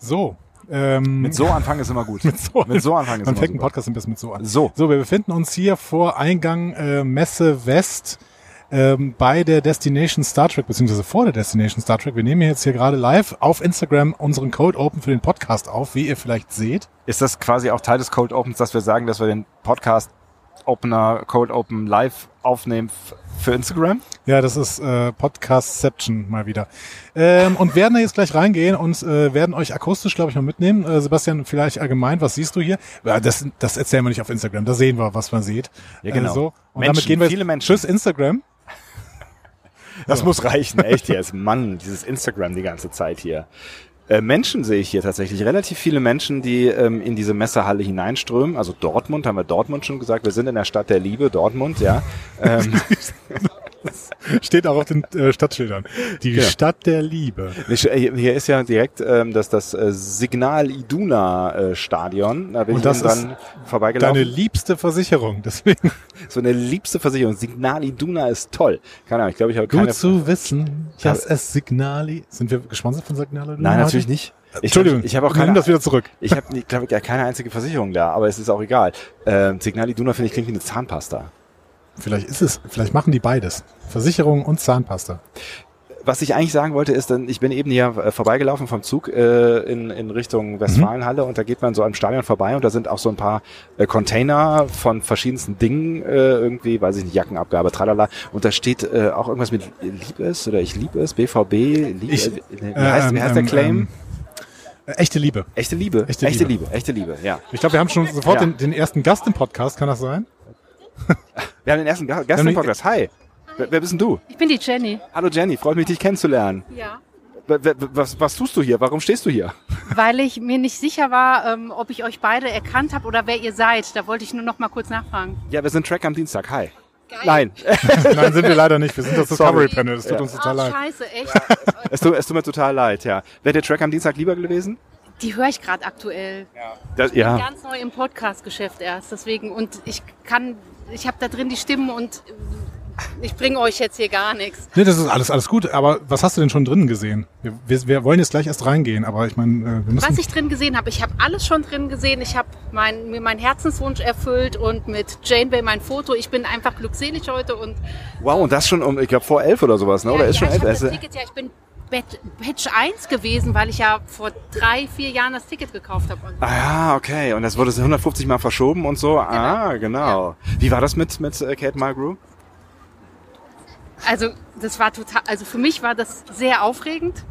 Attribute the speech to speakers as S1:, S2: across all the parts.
S1: So. Ähm,
S2: Mit so Anfang ist immer gut. Mit so, Anfang ist
S1: man
S2: immer
S1: fängt einen
S2: super.
S1: Podcast am besten mit so an.
S2: So,
S1: So, wir befinden uns hier vor Eingang äh, Messe West ähm, bei der Destination Star Trek, beziehungsweise vor der Destination Star Trek. Wir nehmen hier jetzt hier gerade live auf Instagram unseren Code Open für den Podcast auf, wie ihr vielleicht seht.
S2: ist das quasi auch Teil des Cold Opens, dass wir sagen, dass wir den Podcast Opener Cold Open live aufnehmen f- für Instagram?
S1: Ja, das ist äh, Podcastception mal wieder. Ähm, und werden da jetzt gleich reingehen und äh, werden euch akustisch, glaube ich, mal mitnehmen. Äh, Sebastian, vielleicht allgemein, was siehst du hier? Ja, das, das erzählen wir nicht auf Instagram, da sehen wir, was man sieht.
S2: Ja, genau.
S1: Äh, so. Und
S2: Menschen,
S1: damit gehen wir jetzt-
S2: viele Menschen.
S1: Tschüss Instagram.
S2: Das muss reichen, echt jetzt. Mann, dieses Instagram die ganze Zeit hier. Äh, Menschen sehe ich hier tatsächlich. Relativ viele Menschen, die ähm, in diese Messehalle hineinströmen. Also Dortmund, haben wir Dortmund schon gesagt. Wir sind in der Stadt der Liebe, Dortmund, ja. Ähm,
S1: Steht auch auf den äh, Stadtschildern. Die
S2: Ja.
S1: Stadt der Liebe.
S2: nicht, äh, hier ist ja direkt ähm, das, das äh, Signal Iduna äh, Stadion. Da bin
S1: Und
S2: ich
S1: das
S2: eben dann
S1: Deine
S2: vorbeigelaufen.
S1: liebste Versicherung, deswegen
S2: So eine liebste Versicherung. Signal Iduna ist toll. Keine Ahnung, ich glaube, ich habe keine...
S1: gut zu wissen,
S2: Ich
S1: dass es Signali. Sind wir gesponsert von Signali?
S2: Nein, natürlich nicht. Ich,
S1: Entschuldigung,
S2: Ich habe auch
S1: wir nehmen
S2: keine
S1: das wieder zurück.
S2: Ich habe, glaube ich, gar keine einzige Versicherung da, aber es ist auch egal. Ähm, Signal Iduna finde ich klingt wie eine Zahnpasta.
S1: Vielleicht ist es, vielleicht machen die beides. Versicherung und Zahnpasta.
S2: Was ich eigentlich sagen wollte, ist, denn ich bin eben hier äh, vorbeigelaufen vom Zug äh, in, in
S1: Mhm.
S2: Richtung Westfalenhalle und da geht man so am Stadion vorbei und da sind auch so ein paar äh, Container von verschiedensten Dingen äh, irgendwie, weiß ich nicht, Jackenabgabe, tralala. Und da steht äh, auch irgendwas mit Lieb es oder ich lieb es, BVB, lieb,
S1: Ich-
S2: äh, wie heißt, wie heißt der
S1: ähm,
S2: Claim?
S1: ähm, äh, echte Liebe.
S2: echte Liebe,
S1: Echte
S2: echte
S1: Liebe.
S2: Liebe, echte Liebe, ja.
S1: Ich glaube, wir haben schon sofort
S2: Ja.
S1: den, den ersten Gast im Podcast, kann das sein?
S2: Wir haben den ersten Ga-
S1: haben
S2: Gast im
S1: den-
S2: Podcast. Hi, wer, wer bist denn du?
S3: Ich bin die Jenny.
S2: Hallo Jenny, freut mich, dich kennenzulernen.
S3: Ja.
S2: W- w- Was, was tust du hier? Warum stehst du hier?
S3: Weil ich mir nicht sicher war, ähm, ob ich euch beide erkannt habe oder wer ihr seid. Da wollte ich nur noch mal kurz nachfragen.
S2: Ja, wir sind Track am Dienstag. Hi. Nein,
S1: Nein, sind wir leider nicht. Wir sind das
S2: Sorry.
S1: Discovery Panel. Das tut
S2: Ja.
S1: uns total
S3: Ah,
S1: leid.
S3: scheiße, echt.
S2: es tut, es tut mir total leid, ja. Wäre der Track am Dienstag lieber gewesen?
S3: Die höre ich gerade aktuell.
S2: Das, ja.
S3: Ganz neu im Podcast-Geschäft erst. Deswegen, und ich kann, ich habe da drin die Stimmen und äh, ich bringe euch jetzt hier gar nichts.
S1: Nee, das ist alles, alles gut. Aber was hast du denn schon drinnen gesehen? Wir, wir, wir wollen jetzt gleich erst reingehen, aber ich meine, äh, wir müssen.
S3: Was ich drin gesehen habe, ich habe alles schon drin gesehen. Ich habe mein, mir meinen Herzenswunsch erfüllt und mit Janeway mein Foto. Ich bin einfach glückselig heute und
S2: Wow, und das schon um, ich glaube, vor elf oder sowas, ne? oder ist schon
S3: Äh, ich
S2: elf?
S3: hab das
S2: Es-
S3: Ticket, ja, ich bin Bat- Batch 1 gewesen, weil ich ja vor drei, vier Jahren das Ticket gekauft habe. Und
S2: Ah, ja, okay. Und das wurde so 150 Mal verschoben und so. Ah, genau. Wie war das mit, mit äh, Kate Mulgrew?
S3: Also das war total, also für mich war das sehr aufregend,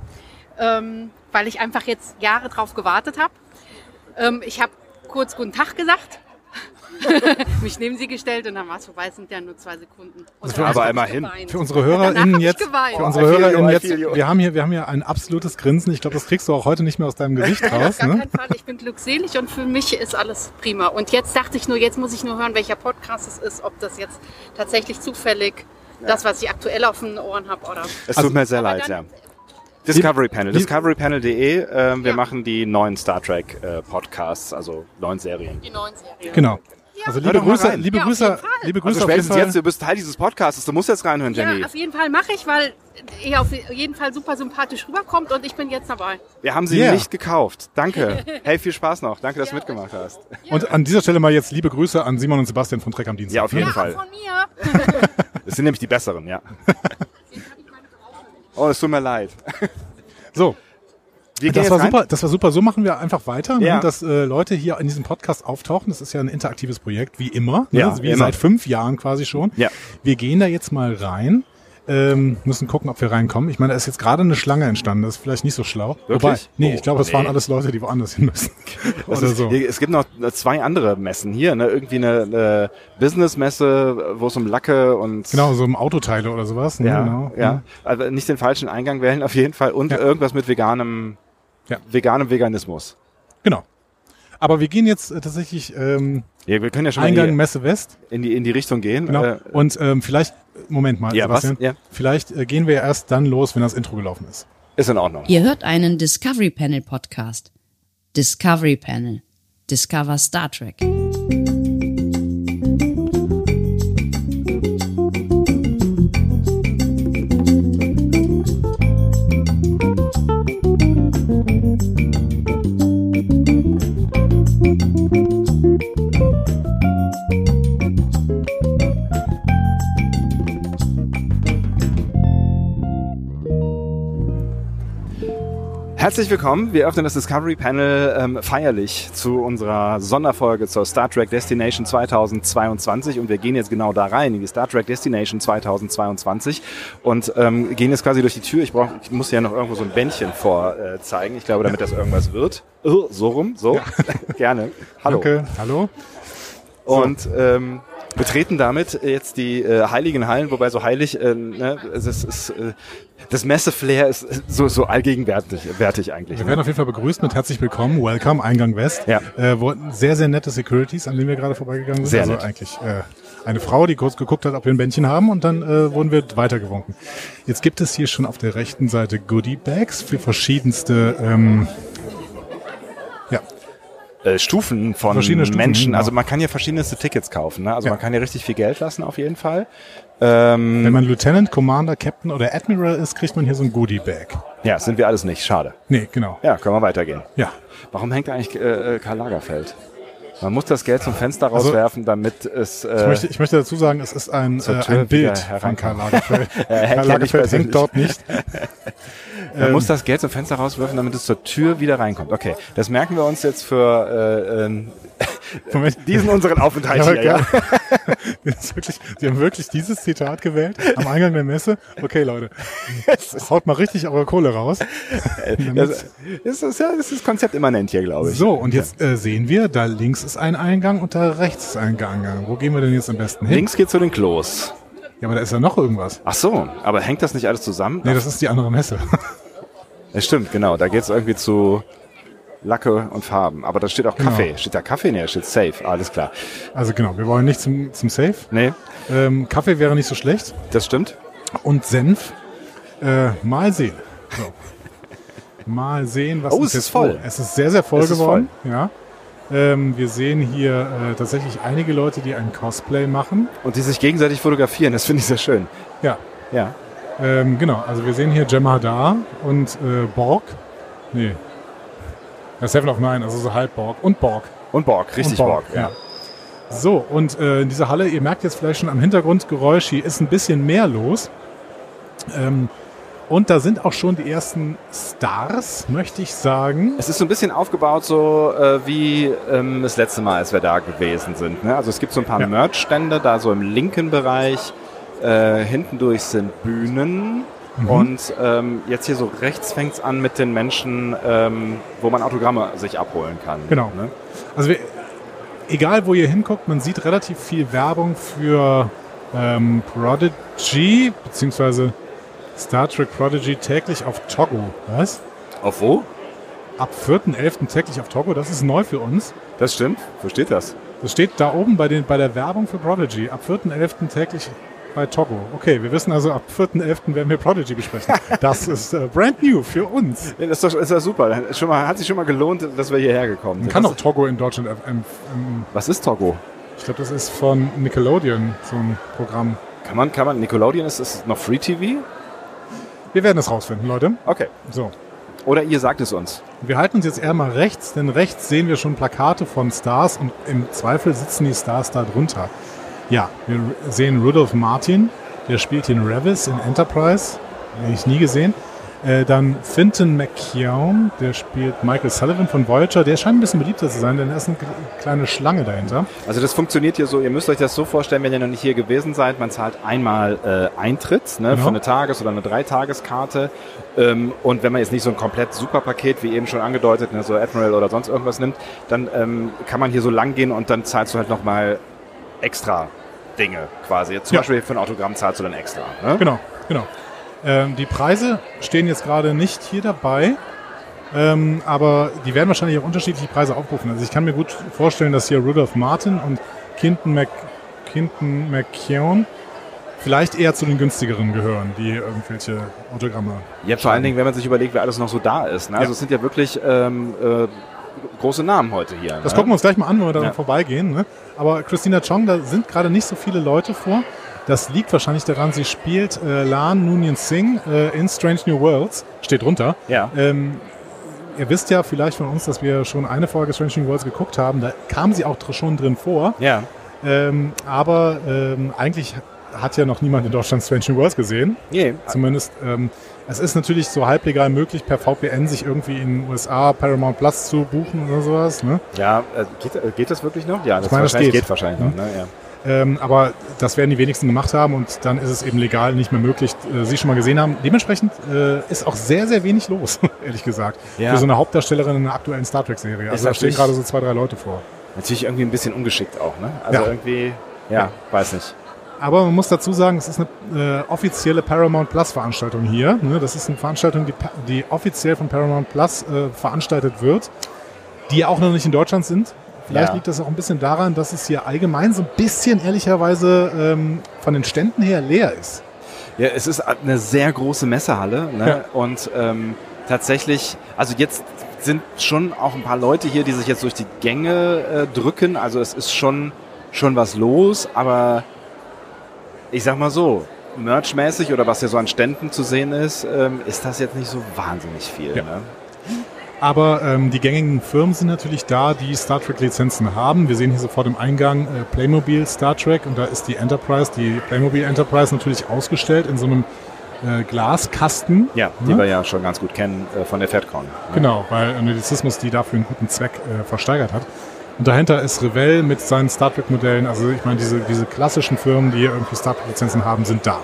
S3: ähm, weil ich einfach jetzt Jahre drauf gewartet habe. Ähm, ich habe kurz guten Tag gesagt. mich neben sie gestellt und dann war es vorbei, es sind ja nur zwei Sekunden. Und danach
S2: aber
S3: hab ich
S2: immerhin.
S3: geweint.
S1: Für unsere
S3: Danach
S1: HörerInnen
S3: hab ich
S1: jetzt,
S3: geweint.
S1: für unsere
S2: Oh, I feel
S1: HörerInnen
S2: you, I
S1: jetzt,
S2: feel you.
S1: wir haben hier, wir haben hier ein absolutes Grinsen. Ich glaube, das kriegst du auch heute nicht mehr aus deinem Gesicht
S3: Auf
S1: raus.
S3: gar
S1: Ne?
S3: keinen Fall. Ich bin glückselig und für mich ist alles prima. Und jetzt dachte ich nur, jetzt muss ich nur hören, welcher Podcast es ist, ob das jetzt tatsächlich zufällig das, was ich aktuell auf den Ohren habe, oder.
S2: Es
S1: Also-
S2: tut mir sehr
S3: Aber
S2: leid, ja.
S3: dann-
S2: Discovery Panel,
S1: die-
S2: discoverypanel.de. Ähm, wir
S3: Ja.
S2: machen die neuen Star Trek äh, Podcasts, also neuen Serien.
S3: Die neuen Serien.
S1: Genau. Also liebe
S2: doch mal
S1: Grüße,
S2: rein.
S1: liebe
S3: Ja, auf jeden
S1: Grüße,
S3: Fall.
S1: liebe Grüße
S2: Also
S1: auf jeden
S2: spätestens
S1: Fall.
S2: jetzt, du bist Teil dieses Podcasts, du musst jetzt reinhören, Jenny.
S3: Ja, auf jeden Fall mache ich, weil er auf jeden Fall super sympathisch rüberkommt und ich bin jetzt dabei.
S2: Wir haben sie
S1: Yeah.
S2: nicht gekauft. Danke. Hey, viel Spaß noch. Danke, dass du mitgemacht hast.
S1: Und an dieser Stelle mal jetzt liebe Grüße an Simon und Sebastian von Trek am Dienstag.
S2: Ja, auf jeden
S1: ne?
S3: Ja,
S2: Fall.
S3: von mir.
S2: Es sind nämlich die besseren, ja. Oh, es tut mir leid.
S1: So,
S2: Wir
S1: das
S2: jetzt
S1: war
S2: rein.
S1: super, das war super. So machen wir einfach weiter,
S2: Ja.
S1: ne? dass äh, Leute hier in diesem Podcast auftauchen. Das ist ja ein interaktives Projekt, wie immer. Ne?
S2: Ja,
S1: Also wie
S2: immer.
S1: seit fünf Jahren quasi schon.
S2: Ja.
S1: Wir gehen da jetzt mal rein. Ähm, müssen gucken, ob wir reinkommen. Ich meine, da ist jetzt gerade eine Schlange entstanden. Das ist vielleicht nicht so schlau.
S2: Wirklich?
S1: Wobei, nee,
S2: Oh,
S1: ich glaube, das waren
S2: nee.
S1: alles Leute, die woanders hin müssen.
S2: Das
S1: Oder
S2: ist,
S1: so.
S2: hier, es gibt noch zwei andere Messen hier, ne? Irgendwie eine, eine Business-Messe, wo es um Lacke und
S1: Genau, so im Autoteile oder sowas. Ne?
S2: Ja,
S1: genau.
S2: ja. Also nicht den falschen Eingang wählen auf jeden Fall und
S1: Ja.
S2: irgendwas mit veganem,
S1: Ja.
S2: veganem Veganismus.
S1: Genau. Aber wir gehen jetzt äh, tatsächlich ähm,
S2: Ja, wir können ja schon mal
S1: Eingang
S2: in
S1: Messe West.
S2: die, in die in die Richtung gehen.
S1: Genau.
S2: Äh,
S1: Und ähm, vielleicht, Moment mal,
S2: Ja, was?
S1: Sebastian.
S2: Ja.
S1: Vielleicht äh, gehen wir erst dann los, wenn das Intro gelaufen ist.
S2: ist in Ordnung.
S4: Ihr hört einen Discovery Panel Podcast. Discovery Panel. Discover Star Trek.
S2: Herzlich willkommen. Wir öffnen das Discovery Panel ähm, feierlich zu unserer Sonderfolge zur Star Trek Destination 2022 und wir gehen jetzt genau da rein in die Star Trek Destination 2022 und ähm, gehen jetzt quasi durch die Tür. Ich, brauch, ich muss ja noch irgendwo so ein Bändchen vorzeigen. Äh, zeigen. ich glaube, damit das irgendwas wird. Oh, so rum, so. Gerne. Hallo.
S1: Danke. Hallo.
S2: Und ähm, betreten damit jetzt die äh, heiligen Hallen, wobei so heilig, äh, ne, es ist, es ist, äh, das Messeflair ist so, so allgegenwärtig wertig eigentlich. ne?
S1: Wir werden auf jeden Fall begrüßt mit herzlich willkommen, welcome, Eingang West.
S2: Ja.
S1: Äh, wo, sehr, sehr nette Securities, an denen wir gerade vorbeigegangen sind.
S2: Sehr
S1: also
S2: nett.
S1: eigentlich äh, eine Frau, die kurz geguckt hat, ob wir ein Bändchen haben und dann äh, wurden wir weitergewunken. Jetzt gibt es hier schon auf der rechten Seite Goodie Bags für verschiedenste ähm, ja,
S2: äh, Stufen von
S1: Verschiedene Stufen,
S2: Menschen.
S1: genau.
S2: Also man kann hier verschiedenste Tickets kaufen. Ne? Also
S1: Ja.
S2: man kann hier richtig viel Geld lassen auf jeden Fall. Mhm.
S1: Wenn man Lieutenant, Commander, Captain oder Admiral ist, kriegt man hier so ein Goodie Bag.
S2: Ja, sind wir alles nicht. Schade.
S1: Nee, genau.
S2: Ja, können wir weitergehen.
S1: Ja.
S2: Warum hängt eigentlich äh, äh, Karl Lagerfeld? Man muss das Geld zum Fenster rauswerfen, damit es... Äh,
S1: Also Ich, möchte, ich möchte dazu sagen, es ist ein, äh,
S2: Tür
S1: ein Bild
S2: wieder
S1: von Karl Lagerfeld.
S2: hängt ja
S1: Karl
S2: nicht
S1: Lagerfeld
S2: persönlich.
S1: hängt dort nicht.
S2: Man
S1: ähm,
S2: muss das Geld zum Fenster rauswerfen, damit es zur Tür wieder reinkommt. Okay, das merken wir uns jetzt für äh, äh,
S1: Moment.
S2: diesen unseren Aufenthalt
S1: Ja,
S2: hier. Ja.
S1: geil. Das ist wirklich, Sie haben wirklich dieses Zitat gewählt am Eingang der Messe. Okay, Leute, haut mal richtig eure Kohle raus.
S2: Äh, Das, das, ist, ja, das ist konzeptimmanent hier, glaube ich.
S1: So, und jetzt äh, sehen wir, da links ist ein Eingang und da rechts ist ein Eingang. Wo gehen wir denn jetzt am besten hin?
S2: Links geht zu den Klos.
S1: Ja, aber da ist ja noch irgendwas.
S2: Ach so, aber hängt das nicht alles zusammen?
S1: Nee, das ist die andere Messe.
S2: Ja, stimmt, genau. Da geht es irgendwie zu Lacke und Farben. Aber da steht auch
S1: Genau.
S2: Kaffee. Steht da Kaffee? Nee, da steht Safe. Alles klar.
S1: Also genau, wir wollen nicht zum, zum Safe.
S2: Nee,
S1: Ähm, Kaffee wäre nicht so schlecht.
S2: das stimmt.
S1: Und Senf. Äh, mal sehen. So. Mal sehen, was
S2: Oh,
S1: uns
S2: es
S1: jetzt
S2: ist voll.
S1: Es ist sehr, sehr voll
S2: Es ist
S1: geworden. Ja. Ähm, wir sehen hier äh, tatsächlich einige Leute, die ein Cosplay machen.
S2: Und die sich gegenseitig fotografieren, das finde ich sehr schön.
S1: Ja,
S2: Ja.
S1: ähm, genau. Also wir sehen hier Gemma Hadar und äh, Borg. Nee. Ja, Seven of Nine, also so halb Borg und Borg.
S2: Und Borg, richtig
S1: und
S2: Borg. ja.
S1: So, und äh, in dieser Halle, ihr merkt jetzt vielleicht schon am Hintergrundgeräusch, hier ist ein bisschen mehr los. Ähm, und da sind auch schon die ersten Stars, möchte ich sagen.
S2: Es ist so ein bisschen aufgebaut, so äh, wie ähm, das letzte Mal, als wir da gewesen sind. Ne? Also es gibt so ein paar
S1: Ja.
S2: Merch-Stände, da so im linken Bereich. Äh, hinten durch sind Bühnen.
S1: Mhm.
S2: Und ähm, jetzt hier so rechts fängt's an mit den Menschen, ähm, wo man Autogramme sich abholen kann.
S1: Genau.
S2: Ne?
S1: Also wir, egal, wo ihr hinguckt, man sieht relativ viel Werbung für ähm, Prodigy, beziehungsweise Star Trek Prodigy täglich auf Togo. Was?
S2: Auf wo?
S1: Ab 4.11. täglich auf Togo, das ist neu für uns.
S2: Das stimmt. Wo steht das?
S1: Das steht da oben bei, den, bei der Werbung für Prodigy. Ab 4.11. täglich bei Togo. Okay, wir wissen also, ab 4.11. werden wir Prodigy besprechen. Das ist äh, brand new für uns.
S2: Ja, das ist doch, ist doch super. Dann ist Schon mal, hat sich schon mal gelohnt, dass wir hierher gekommen
S1: Man
S2: sind.
S1: kann
S2: was,
S1: auch Togo in Deutschland. erf- Ähm, ähm,
S2: was ist Togo?
S1: ich glaube, das ist von Nickelodeon, so ein Programm.
S2: Kann man, kann man, Nickelodeon, ist es noch Free TV?
S1: Wir werden es rausfinden, Leute.
S2: Okay.
S1: So.
S2: Oder ihr sagt es uns.
S1: Wir halten uns jetzt eher mal rechts, denn rechts sehen wir schon Plakate von Stars und im Zweifel sitzen die Stars da drunter. Ja, wir r- sehen Rudolph Martin, der spielt den Revis in Enterprise, den ich nie gesehen. Äh, dann Finton McKeown, der spielt Michael Sullivan von Voyager, der scheint ein bisschen beliebter zu sein, denn da ist eine k- kleine Schlange dahinter.
S2: Also das funktioniert hier so, ihr müsst euch das so vorstellen, wenn ihr noch nicht hier gewesen seid, man zahlt einmal äh, Eintritt ne,
S1: Genau.
S2: für eine Tages- oder eine Dreitageskarte ähm, und wenn man jetzt nicht so ein komplett super Paket, wie eben schon angedeutet, ne, so Admiral oder sonst irgendwas nimmt, dann ähm, kann man hier so lang gehen und dann zahlst du halt nochmal extra Dinge quasi. Zum
S1: Ja.
S2: Beispiel für ein Autogramm zahlst du dann extra. Ne?
S1: Genau, genau. Ähm, die Preise stehen jetzt gerade nicht hier dabei, ähm, aber die werden wahrscheinlich auch unterschiedliche Preise aufrufen. Also ich kann mir gut vorstellen, dass hier Rudolf Martin und Kinton, Mc, Kinton McKeown vielleicht eher zu den günstigeren gehören, die irgendwelche Autogramme.
S2: Ja, vor allen Dingen, wenn man sich überlegt, wer alles noch so da ist. Ne? Also
S1: Genau. Ja.
S2: es sind ja wirklich ähm, äh, große Namen heute hier.
S1: Das
S2: ne?
S1: gucken wir uns gleich mal an, wenn wir daran
S2: Ja.
S1: vorbeigehen. Ne? Aber Christina Chong, da sind gerade nicht so viele Leute vor. Das liegt wahrscheinlich daran, sie spielt äh, Lan Noonien Singh äh, in Strange New Worlds. Steht drunter.
S2: Ja.
S1: Ähm, ihr wisst ja vielleicht von uns, dass wir schon eine Folge Strange New Worlds geguckt haben. Da kam sie auch dr- schon drin vor.
S2: Ja.
S1: Ähm, aber ähm, eigentlich hat ja noch niemand in Deutschland Strange New Worlds gesehen.
S2: Nee,
S1: Zumindest, ähm, es ist natürlich so halblegal möglich, per VPN sich irgendwie in den USA Paramount Plus zu buchen oder sowas. Ne?
S2: ja, äh, geht, äh, geht das wirklich noch? Ja, das,
S1: meine, das
S2: wahrscheinlich
S1: geht. Mhm.
S2: geht. wahrscheinlich noch. Ne? Ja.
S1: Ähm, aber das werden die wenigsten gemacht haben und dann ist es eben legal nicht mehr möglich, äh, sie schon mal gesehen haben. Dementsprechend äh, ist auch sehr, sehr wenig los, ehrlich gesagt.
S2: Ja.
S1: Für so eine Hauptdarstellerin in einer aktuellen Star Trek-Serie. Also da stehen
S2: natürlich-
S1: gerade so zwei, drei Leute vor.
S2: Natürlich irgendwie ein bisschen ungeschickt auch. Ne? Also
S1: Ja.
S2: irgendwie, ja, weiß nicht.
S1: Aber man muss dazu sagen, es ist eine äh, offizielle Paramount Plus Veranstaltung hier. Ne? Das ist eine Veranstaltung, die, pa- die offiziell von Paramount Plus äh, veranstaltet wird, die auch noch nicht in Deutschland sind. Vielleicht
S2: Ja.
S1: liegt das auch ein bisschen daran, dass es hier allgemein so ein bisschen ehrlicherweise ähm, von den Ständen her leer ist.
S2: Ja, es ist eine sehr große Messehalle ne? und ähm, tatsächlich, also jetzt sind schon auch ein paar Leute hier, die sich jetzt durch die Gänge äh, drücken. Also es ist schon schon was los, aber ich sag mal so, merchmäßig oder was hier so an Ständen zu sehen ist, ähm, ist das jetzt nicht so wahnsinnig viel.
S1: Ja.
S2: Ne?
S1: Aber ähm, die gängigen Firmen sind natürlich da, die Star Trek-Lizenzen haben. Wir sehen hier sofort im Eingang äh, Playmobil Star Trek und da ist die Enterprise, die Playmobil Enterprise natürlich ausgestellt in so einem äh, Glaskasten. Ne?
S2: Ja, die
S1: Mhm.
S2: wir ja schon ganz gut kennen äh, von der FedCon.
S1: Genau, weil Anglizismus die dafür einen guten Zweck äh, versteigert hat. Und dahinter ist Revell mit seinen Star Trek-Modellen. Also ich meine, diese, diese klassischen Firmen, die hier irgendwie Star Trek-Lizenzen haben, sind da.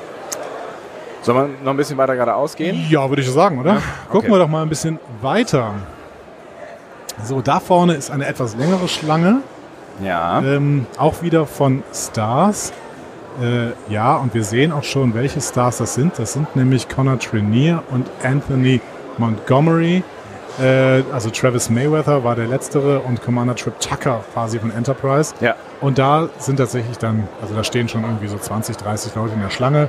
S2: Soll man noch ein bisschen weiter geradeaus gehen?
S1: Ja, würde ich sagen, oder?
S2: Ja,
S1: Gucken
S2: okay.
S1: wir doch mal ein bisschen weiter. So, da vorne ist eine etwas längere Schlange,
S2: Ja.
S1: ähm, auch wieder von Stars. Äh, ja, und wir sehen auch schon, welche Stars das sind. Das sind nämlich Connor Trenier und Anthony Montgomery. Äh, also Travis Mayweather war der letztere und Commander Trip Tucker quasi von Enterprise.
S2: Ja.
S1: Und da sind tatsächlich dann, also da stehen schon irgendwie so 20, 30 Leute in der Schlange,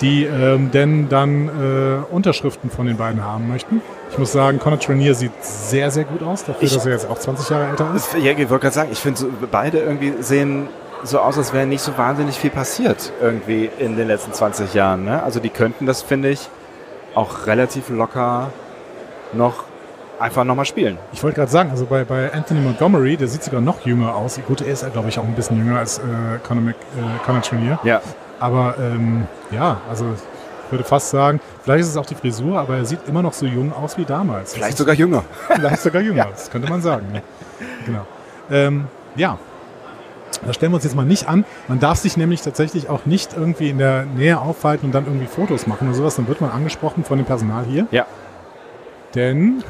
S1: die ähm, denn dann äh, Unterschriften von den beiden haben möchten. Ich muss sagen, Connor Trenier sieht sehr, sehr gut aus, dafür,
S2: Ich-
S1: dass er jetzt auch 20 Jahre älter ist.
S2: Ja, ich wollte gerade sagen, ich finde, so, beide irgendwie sehen so aus, als wäre nicht so wahnsinnig viel passiert irgendwie in den letzten 20 Jahren. Ne? Also die könnten das, finde ich, auch relativ locker noch einfach nochmal spielen.
S1: Ich wollte gerade sagen, also bei, bei Anthony Montgomery, der sieht sogar noch jünger aus. Gut, er ist, halt, glaube ich, auch ein bisschen jünger als äh, Conor, Mc, äh, Conor Trenier.
S2: Ja,
S1: Aber ähm, ja, also ich würde fast sagen, vielleicht ist es auch die Frisur, aber er sieht immer noch so jung aus wie damals.
S2: vielleicht sogar jünger.
S1: Vielleicht sogar jünger, das könnte man sagen. Ne? Genau. Ähm, ja, da stellen wir uns jetzt mal nicht an. Man darf sich nämlich tatsächlich auch nicht irgendwie in der Nähe aufhalten und dann irgendwie Fotos machen oder sowas. Dann wird man angesprochen von dem Personal hier.
S2: Ja.
S1: Denn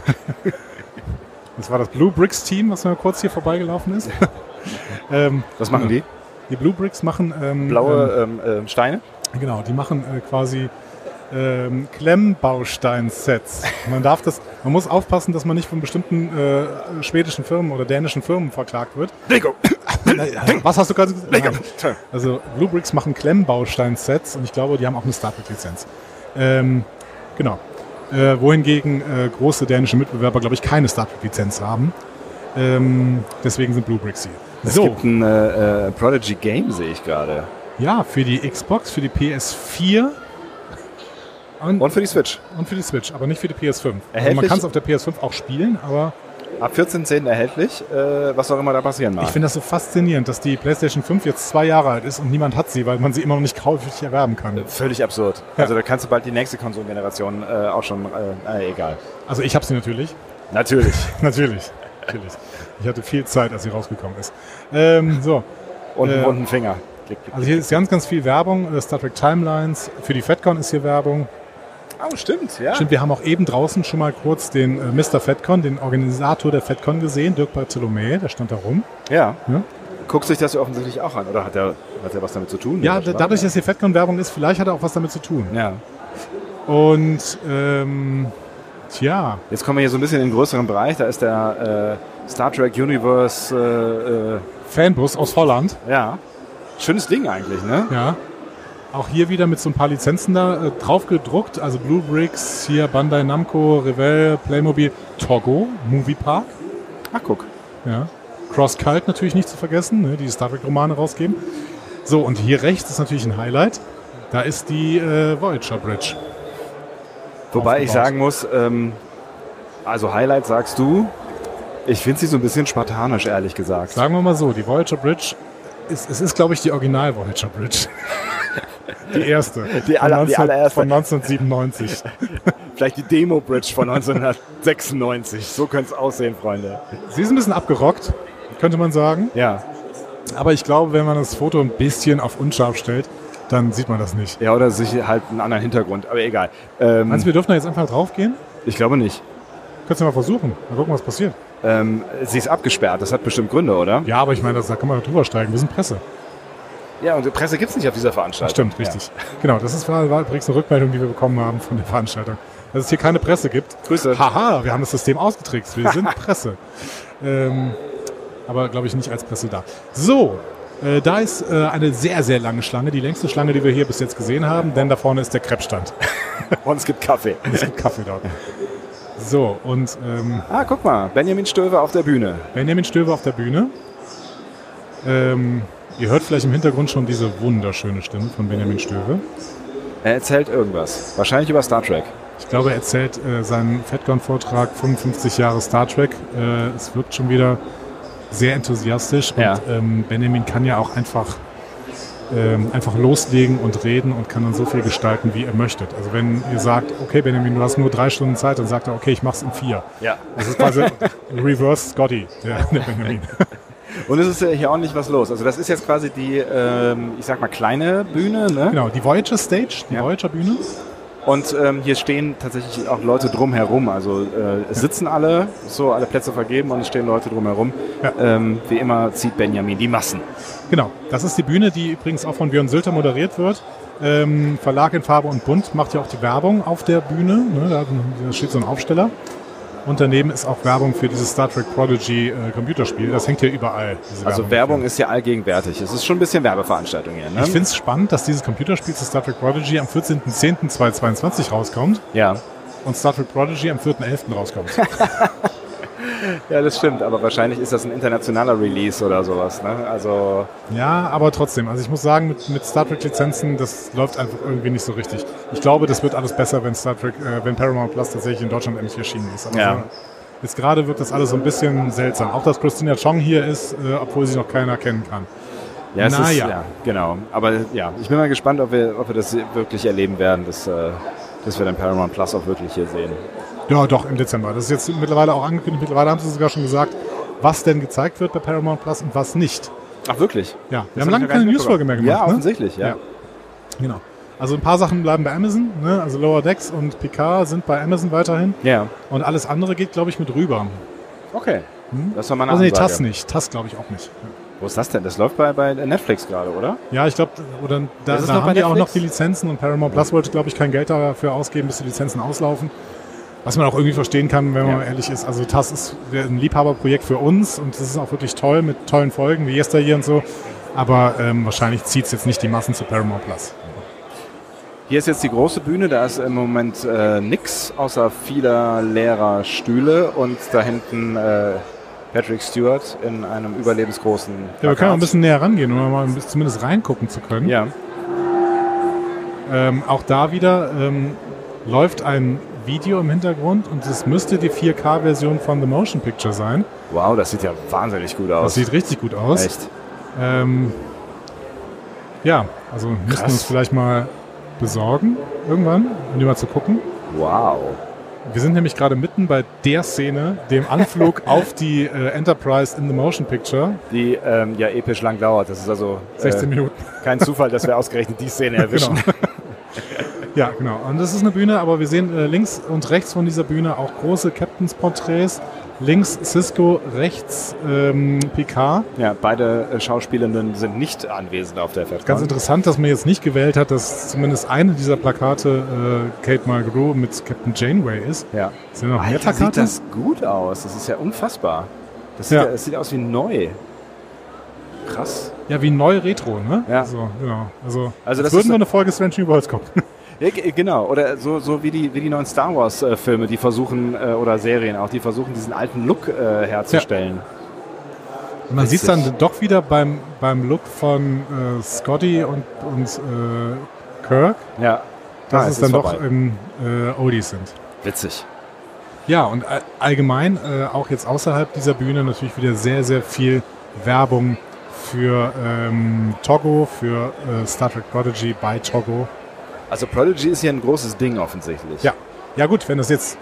S1: das war das Blue Bricks Team, was mal kurz hier vorbeigelaufen ist. ähm,
S2: Was machen die?
S1: die Blue Bricks machen ähm, ähm,
S2: Blaue Mhm. ähm, ähm, Steine?
S1: Genau, die machen äh, quasi ähm, Klemmbaustein-Sets. Man darf das, man muss aufpassen, dass man nicht von bestimmten äh, schwedischen Firmen oder dänischen Firmen verklagt wird. Äh,
S2: Lego!
S1: Was hast du gerade gesagt? Nein. Also Blue Bricks machen Klemmbaustein-Sets und ich glaube, die haben auch eine Star Trek-Lizenz. Ähm, genau. Äh, wohingegen äh, große dänische Mitbewerber, glaube ich, keine Star Trek-Lizenz haben. Ähm, deswegen sind Blue Bricks hier.
S2: Es gibt ein äh, äh, Prodigy Game, sehe ich gerade.
S1: ja, für die Xbox, für die PS4
S2: Und Äh, für die Switch.
S1: Und für die Switch, aber nicht für die PS5. Also man
S2: Erhältlich-
S1: kann es auf der PS5 auch spielen, aber
S2: Ab 14.10. erhältlich, äh, was auch immer da passieren mag.
S1: ich finde das so faszinierend, dass die PlayStation 5 jetzt zwei Jahre alt ist und niemand hat sie, weil man sie immer noch nicht kauflich erwerben kann.
S2: Völlig absurd. Also da kannst du bald die nächste Konsolengeneration äh, auch schon, äh, äh, egal.
S1: Also ich habe sie natürlich.
S2: Natürlich.
S1: Natürlich. Natürlich. Ich hatte viel Zeit, als sie rausgekommen ist. Ähm, so,
S2: Und einen
S1: Äh,
S2: wunden Finger. Klick, klick.
S1: also hier ist ganz, ganz viel Werbung. äh, Star Trek Timelines. Für die FedCon ist hier Werbung.
S2: Oh, stimmt, ja.
S1: Stimmt, wir haben auch eben draußen schon mal kurz den äh, Mr. FedCon, den Organisator der FedCon gesehen, Dirk Bartholomä, der stand da rum.
S2: Ja.
S1: Ja.
S2: Guckt sich das offensichtlich auch an, oder hat er, hat er was damit zu tun?
S1: Ja,
S2: Oder?
S1: da- dadurch, dass hier FedCon-Werbung ist, vielleicht hat er auch was damit zu tun.
S2: Ja.
S1: Und ähm, tja,
S2: Jetzt kommen wir hier so ein bisschen in den größeren Bereich. Da ist der äh, Star Trek Universe, äh,
S1: Fanbus aus Holland,
S2: äh, ja. Schönes Ding eigentlich, ne?
S1: ja. Auch hier wieder mit so ein paar Lizenzen da äh, drauf gedruckt. Also Blue Bricks, hier Bandai Namco, Revell, Playmobil, Togo, Movie Park,
S2: Ach, guck.
S1: ja. Cross Cult natürlich nicht zu vergessen, ne, die Star Trek Romane rausgeben. So, und hier rechts ist natürlich ein Highlight. Da ist die äh, Voyager Bridge.
S2: Wobei ich
S1: Aufgebaut.
S2: sagen muss, ähm, also Highlight sagst du, ich finde sie so ein bisschen spartanisch, ehrlich gesagt.
S1: Sagen wir mal so, die Voyager Bridge ist, es ist glaube ich die Original Voyager Bridge. Die erste.
S2: Die aller- die
S1: von, 19,
S2: allererste.
S1: von 1997.
S2: Vielleicht die Demo Bridge von 1996. So könnte es aussehen, Freunde.
S1: Sie ist ein bisschen abgerockt, könnte man sagen.
S2: Ja.
S1: Aber ich glaube, wenn man das Foto ein bisschen auf unscharf stellt, dann sieht man das nicht.
S2: Ja, oder sich halt einen anderen Hintergrund, aber egal. Ähm,
S1: Meinst du, wir dürfen da jetzt einfach draufgehen?
S2: ich glaube nicht.
S1: Könntest du mal versuchen. Mal gucken, was passiert.
S2: Ähm, sie ist abgesperrt, das hat bestimmt Gründe, oder?
S1: Ja, aber ich meine, das, da kann man doch drüber steigen. Wir sind Presse.
S2: Ja, und Presse gibt's nicht auf dieser Veranstaltung.
S1: Stimmt, richtig. Genau, das ist war, war übrigens eine Rückmeldung, die wir bekommen haben von der Veranstaltung. Dass es hier keine Presse gibt.
S2: Grüße.
S1: Haha, wir haben das System ausgetrickst. Wir sind Presse. Ähm, aber glaube ich nicht als Presse da. So, äh, da ist äh, eine sehr, sehr lange Schlange. Die längste Schlange, die wir hier bis jetzt gesehen haben. Denn da vorne ist der Krebsstand.
S2: Ja. Und es gibt Kaffee.
S1: Es gibt Kaffee dort. So, und ähm,
S2: Ah, guck mal, Benjamin Stöwe auf der Bühne.
S1: Benjamin Stöber auf der Bühne. Ähm, ihr hört vielleicht im Hintergrund schon diese wunderschöne Stimme von Benjamin Stöwe.
S2: Er erzählt irgendwas. Wahrscheinlich über Star Trek.
S1: Ich glaube, er erzählt äh, seinen Fatcon-Vortrag 55 Jahre Star Trek. Äh, es wirkt schon wieder sehr enthusiastisch
S2: Ja.
S1: und ähm, Benjamin kann ja auch einfach ähm, einfach loslegen und reden und kann dann so viel gestalten, wie er möchte. Also wenn ihr sagt, okay Benjamin, du hast nur drei Stunden Zeit, dann sagt er, okay, ich mach's in vier.
S2: Ja.
S1: Das ist quasi Reverse Scotty, der, der Benjamin.
S2: Und es ist ja hier auch nicht was los. Also das ist jetzt quasi die, ähm, ich sag mal, kleine Bühne, ne?
S1: Genau, die Voyager Stage, die
S2: Ja.
S1: Voyager Bühne.
S2: Und ähm, hier stehen tatsächlich auch Leute drumherum. Also äh, es sitzen alle, so alle Plätze vergeben und es stehen Leute drumherum.
S1: Ja.
S2: Ähm, wie immer zieht Benjamin die Massen.
S1: Genau, das ist die Bühne, die übrigens auch von Björn Sülter moderiert wird. Ähm, Verlag in Farbe und Bunt macht ja auch die Werbung auf der Bühne. Ne? Da, da steht so ein Aufsteller. Und daneben ist auch Werbung für dieses Star Trek Prodigy äh, Computerspiel. Das hängt hier überall. Diese
S2: Also Werbung ist ja allgegenwärtig. Es ist schon ein bisschen Werbeveranstaltung hier, ne?
S1: Ich finde es spannend, dass dieses Computerspiel zu Star Trek Prodigy am 14.10.2022 rauskommt
S2: ja.
S1: und Star Trek Prodigy am 4.11. rauskommt.
S2: ja, das stimmt. Aber wahrscheinlich ist das ein internationaler Release oder sowas, ne? Also
S1: Ja, aber trotzdem. Also ich muss sagen, mit, mit Star Trek Lizenzen, das läuft einfach irgendwie nicht so richtig. Ich glaube, das wird alles besser, wenn Star Trek, äh, wenn Paramount Plus tatsächlich in Deutschland endlich erschienen ist. Aber
S2: Ja.
S1: so, jetzt gerade wirkt das alles so ein bisschen seltsam. Auch dass Christina Chong hier ist, äh, obwohl sie noch keiner kennen kann.
S2: ja, es ist,
S1: Naja.
S2: ja, genau. Aber ja, ich bin mal gespannt, ob wir, ob wir das wirklich erleben werden, dass, äh, dass wir dann Paramount Plus auch wirklich hier sehen.
S1: Ja, doch, im Dezember. Das ist jetzt mittlerweile auch angekündigt. Mittlerweile haben sie sogar schon gesagt, was denn gezeigt wird bei Paramount Plus und was nicht.
S2: Ach wirklich?
S1: Ja, wir
S2: Das
S1: haben
S2: hab ich
S1: lange
S2: noch gar
S1: keine
S2: nicht
S1: Newsfolge mehr
S2: mitbekommen.
S1: gemacht.
S2: Ja,
S1: ne?
S2: offensichtlich, ja.
S1: Ja. Genau. Also ein paar Sachen bleiben bei Amazon. Ne? Also Lower Decks und Picard sind bei Amazon weiterhin.
S2: Ja,
S1: Und alles andere geht, glaube ich, mit rüber.
S2: okay. Das war meine
S1: also nee,
S2: Ansage.
S1: TAS nicht. TAS glaube ich auch nicht.
S2: Wo ist das denn? Das läuft bei, bei Netflix gerade, oder?
S1: Ja, ich glaube, oder da,
S2: Das ist
S1: da
S2: noch bei
S1: haben die auch
S2: Netflix?
S1: noch die Lizenzen und Paramount Plus wollte, glaube ich, kein Geld dafür ausgeben, bis die Lizenzen auslaufen. Was man auch irgendwie verstehen kann, wenn man
S2: Ja.
S1: ehrlich ist. Also TAS ist ein Liebhaberprojekt für uns und das ist auch wirklich toll mit tollen Folgen wie Yesteryear und so. Aber ähm, wahrscheinlich zieht es jetzt nicht die Massen zu Paramount Plus.
S2: Hier ist jetzt die große Bühne, da ist im Moment äh, nix, außer vieler leerer Stühle und da hinten äh, Patrick Stewart in einem überlebensgroßen
S1: Ja, wir können auch ein
S2: Plakat.
S1: bisschen näher rangehen, um mal ein bisschen zumindest reingucken zu können.
S2: Ja,
S1: Ähm, auch da wieder ähm, läuft ein Video im Hintergrund und es müsste die 4K-Version von The Motion Picture sein.
S2: wow, das sieht ja wahnsinnig gut aus.
S1: Das sieht richtig gut aus.
S2: Echt.
S1: Ähm, ja, also müssen wir
S2: Krass.
S1: uns vielleicht mal besorgen irgendwann, um die mal zu gucken.
S2: Wow.
S1: Wir sind nämlich gerade mitten bei der Szene, dem Anflug auf die äh, Enterprise in the Motion Picture.
S2: Die ähm, ja episch lang dauert. Das ist also
S1: 16
S2: äh,
S1: Minuten. Genau.
S2: kein Zufall, dass wir ausgerechnet die Szene erwischen.
S1: Ja, genau. Und das ist eine Bühne, aber wir sehen äh, links und rechts von dieser Bühne auch große Captains Porträts. Links Cisco, rechts ähm, Picard.
S2: Ja, beide äh, Schauspielenden sind nicht anwesend auf der FedCon.
S1: Ganz interessant, dass man jetzt nicht gewählt hat, dass zumindest eine dieser Plakate äh, Kate Mulgrew mit Captain Janeway ist.
S2: Ja.
S1: Sind da noch mehr
S2: Alter, sieht
S1: Plakate?
S2: das gut aus. Das ist ja unfassbar. Das sieht,
S1: Ja.
S2: ja. das sieht aus wie neu. Krass.
S1: Ja, wie neu Retro, ne?
S2: Ja.
S1: So, genau. Also,
S2: Also
S1: also
S2: das
S1: das
S2: ist
S1: würden
S2: so-
S1: wir eine Folge Strange New Worlds gucken.
S2: Ja, ge- genau. Oder so, so wie, die, wie die neuen Star Wars-Filme, die versuchen, äh, oder Serien auch, die versuchen, diesen alten Look äh, herzustellen.
S1: Man
S2: Witzig.
S1: sieht es dann doch wieder beim, beim Look von äh, Scotty und, und äh, Kirk,
S2: Ja.
S1: dass
S2: Ah,
S1: es dann doch
S2: vorbei.
S1: ähm, äh, Oldies sind.
S2: Witzig.
S1: Ja, und all- allgemein, äh, auch jetzt außerhalb dieser Bühne, natürlich wieder sehr, sehr viel Werbung für ähm, Togo, für äh, Star Trek Prodigy bei Togo.
S2: Also Prodigy ist hier ein großes Ding offensichtlich.
S1: Ja, ja gut, wenn das jetzt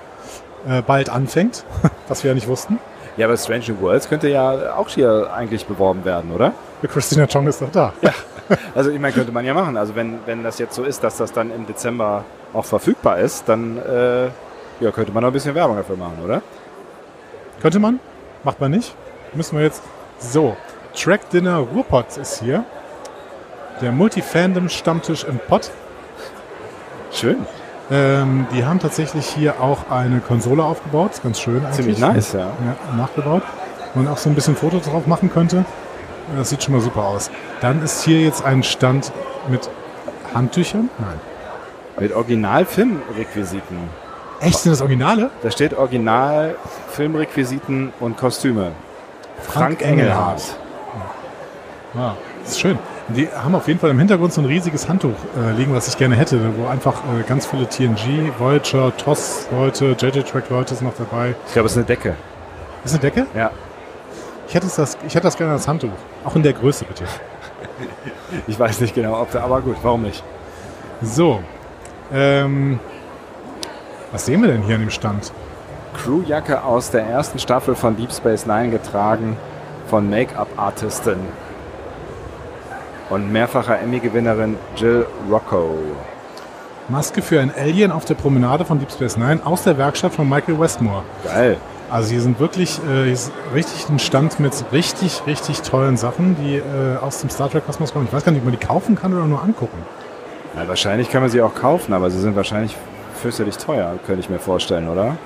S1: äh, bald anfängt, was wir ja nicht wussten.
S2: Ja, aber Strange New Worlds könnte ja auch hier eigentlich beworben werden, oder?
S1: Christina Chong ist doch da.
S2: Also ich meine, könnte man ja machen. Also wenn, wenn das jetzt so ist, dass das dann im Dezember auch verfügbar ist, dann äh, ja, könnte man noch ein bisschen Werbung dafür machen, oder?
S1: Könnte man, macht man nicht. Müssen wir jetzt. So, Track Dinner Ruhrpott ist hier. Der Multifandom-Stammtisch im Pott.
S2: Schön.
S1: Ähm, die haben tatsächlich hier auch eine Konsole aufgebaut. Ist ganz schön eigentlich.
S2: Ziemlich nice, ja.
S1: Ja, nachgebaut. Wo man auch so ein bisschen Fotos drauf machen könnte. Das sieht schon mal super aus. Dann ist hier jetzt ein Stand mit Handtüchern. Nein.
S2: Mit Originalfilmrequisiten.
S1: Echt? Sind das Originale?
S2: Da steht Originalfilmrequisiten und Kostüme.
S1: Frank Engelhardt. Ja, das ist schön. Und Die haben auf jeden Fall im Hintergrund so ein riesiges Handtuch äh, liegen, was ich gerne hätte, wo einfach äh, ganz viele TNG, Voyager, TOS-Leute, JJ-Track-Leute sind noch dabei.
S2: Ich glaube, es ist eine Decke.
S1: Ist eine Decke?
S2: Ja.
S1: Ich hätte, es das, ich hätte das gerne als Handtuch. Auch in der Größe, bitte.
S2: Ich weiß nicht genau, ob da, aber gut, warum nicht?
S1: So. Ähm, was sehen wir denn hier an dem Stand?
S2: Crewjacke aus der ersten Staffel von Deep Space Nine getragen von Make-up-Artistin und mehrfacher Emmy-Gewinnerin Jill Rocco.
S1: Maske für ein Alien auf der Promenade von Deep Space Nine aus der Werkstatt von Michael Westmore.
S2: Geil.
S1: Also hier sind wirklich äh, hier ist richtig ein Stand mit richtig, richtig tollen Sachen, die äh, aus dem Star Trek Kosmos kommen. Ich weiß gar nicht, ob man die kaufen kann oder nur angucken.
S2: Na, wahrscheinlich kann man sie auch kaufen, aber sie sind wahrscheinlich fürchterlich teuer, könnte ich mir vorstellen, oder?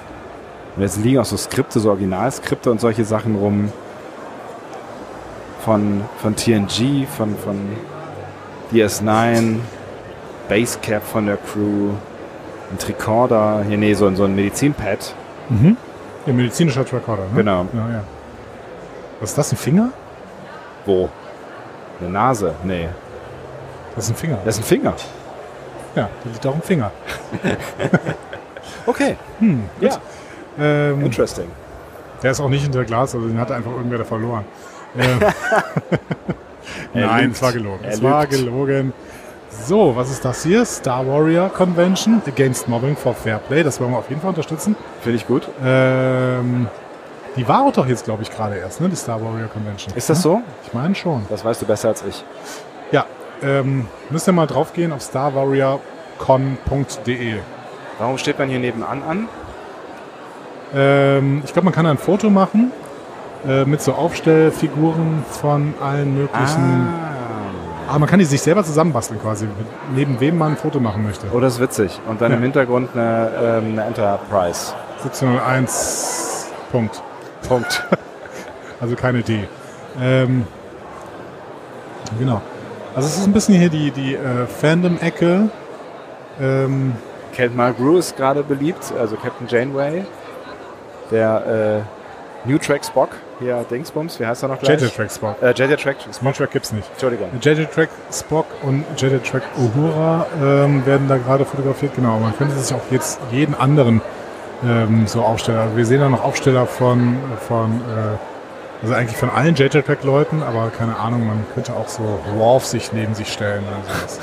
S2: Und jetzt liegen auch so Skripte, so Originalskripte und solche Sachen rum von, von TNG, von, von DS9, Basecap von der Crew, ein Tricorder, hier, nee, so, ein- so ein Medizinpad.
S1: Mhm. Ihr medizinischer Recorder, ne?
S2: Genau.
S1: Ja, ja. Was ist das, ein Finger?
S2: Wo? Eine Nase? Nee.
S1: Das ist ein Finger.
S2: Das ist ein Finger.
S1: Ja, da liegt auch ein Finger.
S2: Okay.
S1: Hm, gut.
S2: Ja,
S1: Ähm,
S2: interesting.
S1: der ist auch nicht hinter Glas, also den hat einfach irgendwer da verloren. Ähm,
S2: Er
S1: Nein,
S2: lügt.
S1: es war gelogen.
S2: Er
S1: es war
S2: lügt.
S1: gelogen. So, was ist das hier? Star Warrior Convention Against Mobbing for Fair Play. Das wollen wir auf jeden Fall unterstützen.
S2: Finde ich gut.
S1: Ähm, die war auch doch jetzt, glaube ich, gerade erst, ne? Die Star Warrior Convention.
S2: Ist das
S1: ne?
S2: so?
S1: Ich meine schon.
S2: Das weißt du besser als ich.
S1: Ja, ähm, müsst ihr mal draufgehen auf starwarriorcon.de.
S2: Warum steht man hier nebenan an?
S1: Ähm, ich glaube, man kann ein Foto machen äh, mit so Aufstellfiguren von allen möglichen. Ah, man kann die sich selber zusammenbasteln quasi, mit, neben wem man ein Foto machen möchte.
S2: Oh, das ist witzig. Und dann
S1: Ja.
S2: im Hintergrund eine, ähm, eine Enterprise.
S1: 1701 Punkt.
S2: Punkt.
S1: Also keine D. Ähm, genau. Also es ist ein bisschen hier die, die äh, Fandom-Ecke. Ähm,
S2: Captain Mulgrew ist gerade beliebt, also Captain Janeway. Der äh, New Track Spock, hier Dingsbums, wie heißt er noch gleich?
S1: JJ Track Spock.
S2: Äh, JJ Track Spock,
S1: Small Track gibt's nicht.
S2: Entschuldigung.
S1: JJ Track Spock und JJ Track Uhura ähm, werden da gerade fotografiert. Genau, man könnte sich auch jetzt jeden anderen ähm, so Aufsteller. Also wir sehen da noch Aufsteller von, von äh, also eigentlich von allen JJ Track Leuten, aber keine Ahnung, man könnte auch so Worf sich neben sich stellen oder sowas.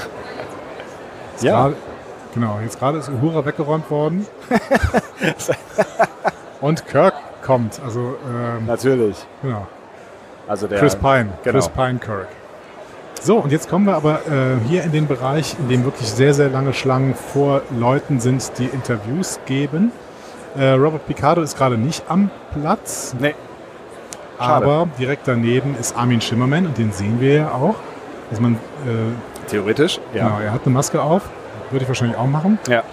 S1: Jetzt
S2: Ja.
S1: gerade- genau, jetzt gerade ist Uhura weggeräumt worden. und Kirk kommt, also ähm,
S2: Natürlich.
S1: genau.
S2: Also der
S1: Chris Pine.
S2: Genau.
S1: Chris Pine Kirk. So, und jetzt kommen wir aber äh, hier in den Bereich, in dem wirklich sehr, sehr lange Schlangen vor Leuten sind, die Interviews geben. Äh, Robert Picardo ist gerade nicht am Platz,
S2: Nee, schade.
S1: aber direkt daneben ist Armin Schimmermann und den sehen wir ja auch. Also man, äh,
S2: theoretisch,
S1: genau,
S2: ja.
S1: er hat eine Maske auf, würde ich wahrscheinlich auch machen,
S2: Ja.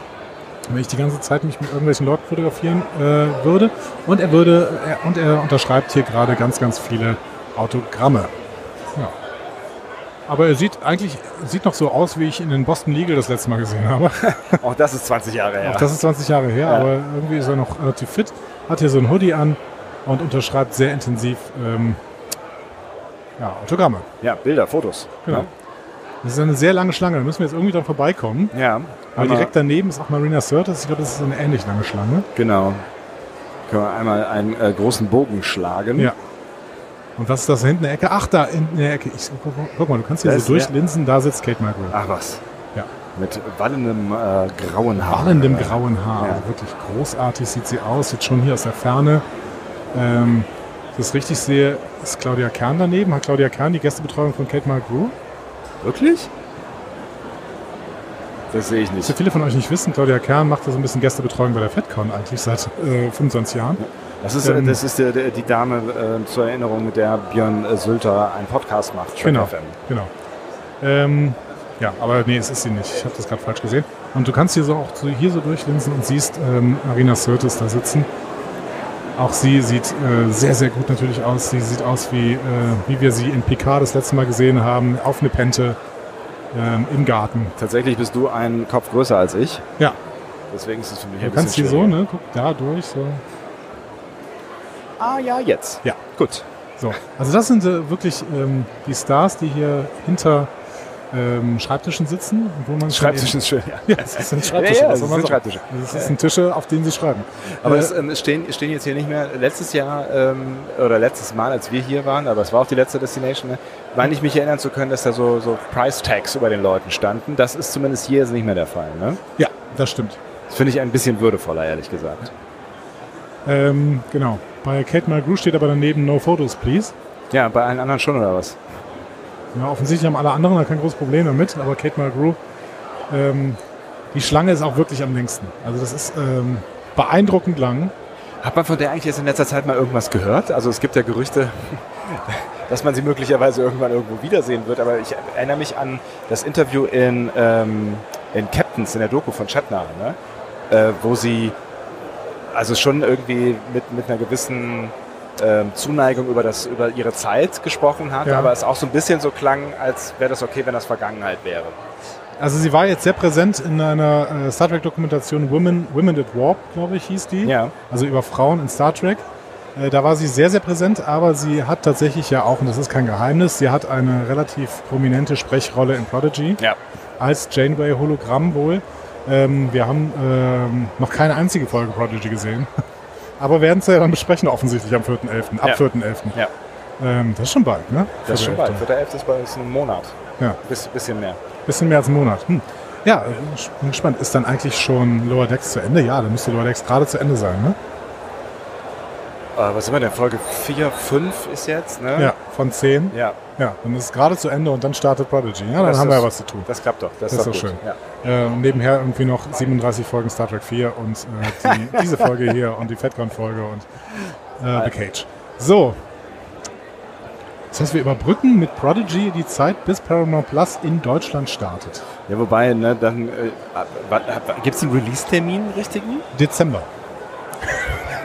S1: wenn ich die ganze Zeit mich mit irgendwelchen Leuten fotografieren äh, würde. Und er würde, er, und er unterschreibt hier gerade ganz, ganz viele Autogramme. Ja. Aber er sieht eigentlich sieht noch so aus, wie ich ihn in Boston Legal das letzte Mal gesehen habe.
S2: Auch Oh, das ist 20 Jahre her.
S1: Auch das ist 20 Jahre her, aber irgendwie ist er noch relativ fit. Hat hier so ein Hoodie an und unterschreibt sehr intensiv ähm, ja, Autogramme.
S2: Ja, Bilder, Fotos.
S1: Genau. Das ist eine sehr lange Schlange, da müssen wir jetzt irgendwie dran vorbeikommen.
S2: Ja,
S1: Aber direkt daneben ist auch Marina Sirtis. Ich glaube, das ist eine ähnlich lange Schlange.
S2: Genau. Können wir einmal einen äh, großen Bogen schlagen.
S1: Ja. Und was ist das da hinten in der Ecke? Ach, da in der Ecke. Ich, guck, guck mal, du kannst hier
S2: Da
S1: so
S2: ist der-
S1: durchlinsen, da sitzt Kate Mulgrew.
S2: Ach was.
S1: Ja.
S2: Mit wallendem äh, grauen Haar.
S1: wallendem grauen Haar.
S2: Ja.
S1: Also wirklich großartig sieht sie aus, jetzt schon hier aus der Ferne. Ähm, wenn ich das richtig sehe, ist Claudia Kern daneben. Hat Claudia Kern die Gästebetreuung von Kate Mulgrew?
S2: Wirklich? Das sehe ich
S1: Was ja
S2: nicht.
S1: viele von euch nicht wissen, Claudia Kern macht da so ein bisschen Gästebetreuung bei der FedCon eigentlich seit äh, 25 Jahren.
S2: Das ist, äh,
S1: Ähm,
S2: das ist die, die Dame äh, zur Erinnerung, mit der Björn äh, Sülter einen Podcast macht. Track
S1: Genau.
S2: FM.
S1: Genau. Ähm, ja, aber nee, es ist sie nicht. Ich habe das gerade falsch gesehen. Und du kannst hier so auch so, hier so durchlinsen und siehst ähm, Arina Sirtis da sitzen. Auch sie sieht äh, sehr, sehr gut natürlich aus. Sie sieht aus wie, äh, wie wir sie in Picard das letzte Mal gesehen haben, auf eine Pente ähm, im Garten.
S2: Tatsächlich bist du einen Kopf größer als ich.
S1: Ja,
S2: Deswegen ist es für mich
S1: du
S2: ein
S1: kannst hier
S2: bisschen
S1: so,
S2: schwieriger.
S1: ne? Guck da durch. So.
S2: Ah ja, jetzt.
S1: ne? Ja.
S2: Gut.
S1: So, also das sind äh, wirklich ähm, die Stars, die hier hinter ähm, Schreibtischen sitzen, wo man schon
S2: Schreibtisch ist schön. Ja.
S1: Ja, es sind Schreibtische.
S2: Ja, ja,
S1: was
S2: es
S1: soll man
S2: sind
S1: sagen?
S2: Schreibtische.
S1: Es sind Tische, auf denen sie schreiben.
S2: Aber
S1: Äh,
S2: es ähm, es stehen, stehen jetzt hier nicht mehr. Letztes Jahr ähm, oder letztes Mal, als wir hier waren, aber es war auch die letzte Destination, ne, meine ich mich erinnern zu können, dass da so, so Price Tags über den Leuten standen. Das ist zumindest hier jetzt nicht mehr der Fall. Ne?
S1: ja, das stimmt.
S2: Das finde ich ein bisschen würdevoller, ehrlich gesagt.
S1: Ähm, genau. Bei Kate Mulgrew steht aber daneben No Photos, please.
S2: Ja, bei allen anderen schon oder was?
S1: Ja, offensichtlich haben alle anderen da kein großes Problem damit, aber Kate Mulgrew, ähm, die Schlange ist auch wirklich am längsten. Also das ist ähm, beeindruckend lang.
S2: Hat man von der eigentlich jetzt in letzter Zeit mal irgendwas gehört? Also es gibt ja Gerüchte, dass man sie möglicherweise irgendwann irgendwo wiedersehen wird, aber ich erinnere mich an das Interview in, ähm, in Captains, in der Doku von Shatner, ne? äh, wo sie also schon irgendwie mit, mit einer gewissen ähm, Zuneigung über, das, über ihre Zeit gesprochen hat,
S1: Ja.
S2: aber es auch so ein bisschen so klang, als wäre das okay, wenn das Vergangenheit wäre.
S1: Also sie war jetzt sehr präsent in einer äh, Star Trek Dokumentation Women, Women at Warp, glaube ich, hieß die.
S2: Ja.
S1: Also über Frauen in Star Trek. Äh, da war sie sehr, sehr präsent, aber sie hat tatsächlich ja auch, und das ist kein Geheimnis, sie hat eine relativ prominente Sprechrolle in Prodigy.
S2: Ja.
S1: als Janeway Hologramm wohl. Ähm, wir haben ähm, noch keine einzige Folge Prodigy gesehen. Aber werden es ja dann besprechen, offensichtlich am 4.11., ab
S2: Ja.
S1: 4.11.
S2: Ja.
S1: Ähm, das ist schon bald, ne?
S2: Das ist schon bald.
S1: 4.11..
S2: Vierter Elfte ist bei uns ein Monat.
S1: Ja.
S2: Biss, bisschen mehr.
S1: Bisschen mehr als einen Monat. Hm. Ja, ich bin gespannt. Ist dann eigentlich schon Lower Decks zu Ende? Ja, dann müsste Lower Decks gerade zu Ende sein, ne?
S2: Äh, was sind wir denn? Folge 4, 5 ist jetzt, ne?
S1: Ja, von 10.
S2: Ja,
S1: Ja, dann ist es gerade zu Ende und dann startet Prodigy. Ja, dann
S2: Das
S1: haben wir
S2: ist-
S1: ja was zu tun.
S2: das klappt doch. Das,
S1: Das
S2: ist doch
S1: ist
S2: gut.
S1: doch schön.
S2: Ja.
S1: Äh, und nebenher irgendwie noch 37 Folgen Star Trek 4 und äh, die, diese Folge hier und die Fatcon-Folge und äh, The Cage. So. Das heißt, wir überbrücken mit Prodigy die Zeit, bis Paramount Plus in Deutschland startet.
S2: ja, wobei, ne, dann äh, gibt es einen Release-Termin, richtigen?
S1: Dezember.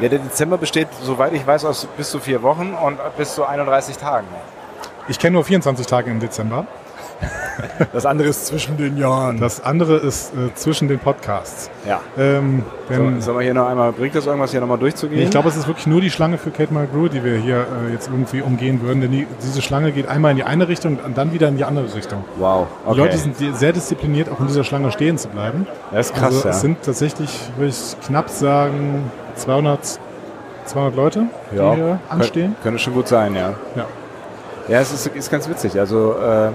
S2: Ja, der Dezember besteht, soweit ich weiß, aus bis zu vier Wochen und bis zu 31 Tagen.
S1: Ich kenne nur 24 Tage im Dezember.
S2: Das andere ist zwischen den Jahren.
S1: Das andere ist äh, zwischen den Podcasts.
S2: Ja.
S1: Ähm,
S2: So,
S1: denn
S2: sollen wir hier noch einmal, bringt das irgendwas, hier nochmal durchzugehen?
S1: Nee, ich glaube, es ist wirklich nur die Schlange für Kate Mulgrew, die wir hier äh, jetzt irgendwie umgehen würden. Denn die, diese Schlange geht einmal in die eine Richtung und dann wieder in die andere Richtung.
S2: Wow, okay.
S1: Die Leute sind di- sehr diszipliniert, auch in dieser Schlange stehen zu bleiben.
S2: das ist krass,
S1: also
S2: ja.
S1: es sind tatsächlich, würde ich knapp sagen, 200, 200 Leute, die
S2: ja.
S1: hier
S2: kö-
S1: anstehen.
S2: Könnte schon gut sein, ja.
S1: Ja.
S2: Ja, es ist, ist ganz witzig. Also, äh,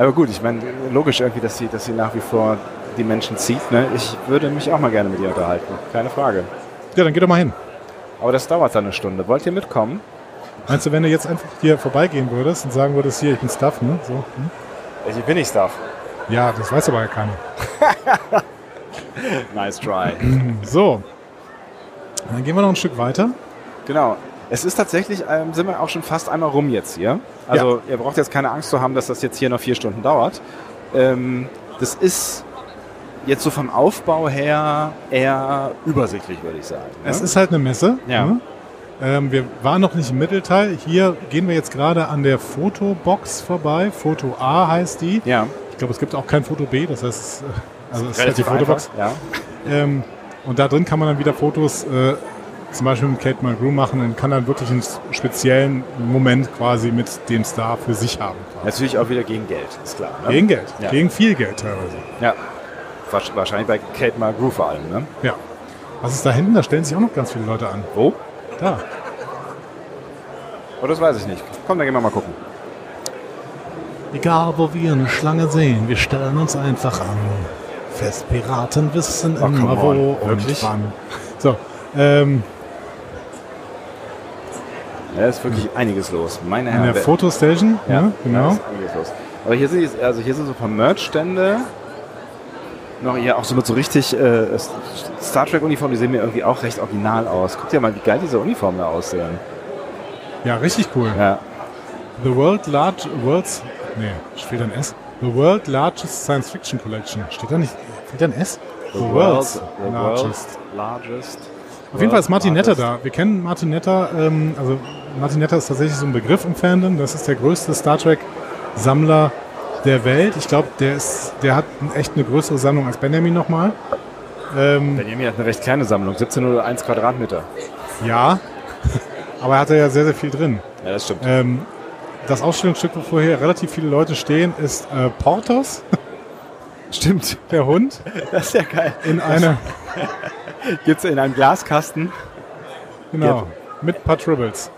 S2: aber gut, ich meine, logisch irgendwie, dass sie, dass sie nach wie vor die Menschen zieht. Ne? Ich würde mich auch mal gerne mit ihr unterhalten. Keine Frage.
S1: ja, dann geht doch mal hin.
S2: Aber das dauert dann eine Stunde. Wollt ihr mitkommen?
S1: Meinst du, wenn du jetzt einfach hier vorbeigehen würdest und sagen würdest, hier, ich bin Staff, ne? So, hm?
S2: Ich bin nicht Staff.
S1: Ja, das weiß aber ja keiner.
S2: Nice try.
S1: So, dann gehen wir noch ein Stück weiter.
S2: genau. Es ist tatsächlich, ähm, sind wir auch schon fast einmal rum jetzt hier. Also ihr braucht jetzt keine Angst zu haben, dass das jetzt hier noch vier Stunden dauert. Ähm, das ist jetzt so vom Aufbau her eher übersichtlich, würde ich sagen. Ne?
S1: Es ist halt eine Messe.
S2: Ja.
S1: ne? Ähm, wir waren noch nicht im Mittelteil. Hier gehen wir jetzt gerade an der Fotobox vorbei. Foto A heißt die.
S2: ja,
S1: Ich glaube, es gibt auch kein Foto B. Das heißt, es- also es ist halt die
S2: relativ
S1: Fotobox.
S2: einfach. Ja.
S1: Ähm, und da drin kann man dann wieder Fotos äh, zum Beispiel mit Kate Mulgrew machen und kann dann wirklich einen speziellen Moment quasi mit dem Star für sich haben.
S2: Natürlich auch wieder gegen Geld, ist klar. Ne?
S1: Gegen Geld.
S2: Ja.
S1: Gegen viel Geld teilweise.
S2: Ja. Wahrsch- Wahrscheinlich bei Kate Mulgrew vor allem, ne?
S1: Ja. Was ist da hinten? Da stellen sich auch noch ganz viele Leute an.
S2: Wo?
S1: Da.
S2: Aber Oh, das weiß ich nicht. Komm, dann gehen wir mal gucken.
S1: Egal, wo wir eine Schlange sehen, wir stellen uns einfach an. Festpiraten wissen
S2: Oh, come
S1: immer wo
S2: on.
S1: und
S2: Wirklich?
S1: wann. So, ähm,
S2: Ja, da ist wirklich einiges los. Meine
S1: in
S2: Herren.
S1: der
S2: wer-
S1: Fotostation,
S2: ja,
S1: ne,
S2: Da
S1: genau.
S2: ist einiges los. Aber hier sind, jetzt- also hier sind so ein paar Merch-Stände. Noch hier auch so mit so richtig äh, S- Star Trek-Uniformen, die sehen mir irgendwie auch recht original aus. Guck dir mal, wie geil diese Uniformen da aussehen.
S1: Ja, richtig cool.
S2: Ja.
S1: The World Large World's Nee, steht da ein S. The World Largest Science Fiction Collection. Steht da nicht. Steht da ein S? The, World's
S2: the
S1: Largest.
S2: world's largest.
S1: Auf jeden Fall ist
S2: world's
S1: Martin Netter
S2: largest.
S1: da. Wir kennen Martin Netter, ähm, also Martin Netter ist tatsächlich so ein Begriff im Fandom. Das ist der größte Star Trek-Sammler der Welt. Ich glaube, der ist, der hat echt eine größere Sammlung als Benjamin nochmal. Ähm,
S2: Benjamin hat eine recht kleine Sammlung, 1701 Quadratmeter.
S1: ja. Aber er hatte ja sehr, sehr viel drin.
S2: Ja, das stimmt.
S1: Ähm, das Ausstellungsstück, wovor hier relativ viele Leute stehen, ist äh, Portos,
S2: Stimmt.
S1: der Hund,
S2: Das ist ja geil.
S1: in einer
S2: Gibt's in einem Glaskasten.
S1: Genau. Mit paar Tribbles.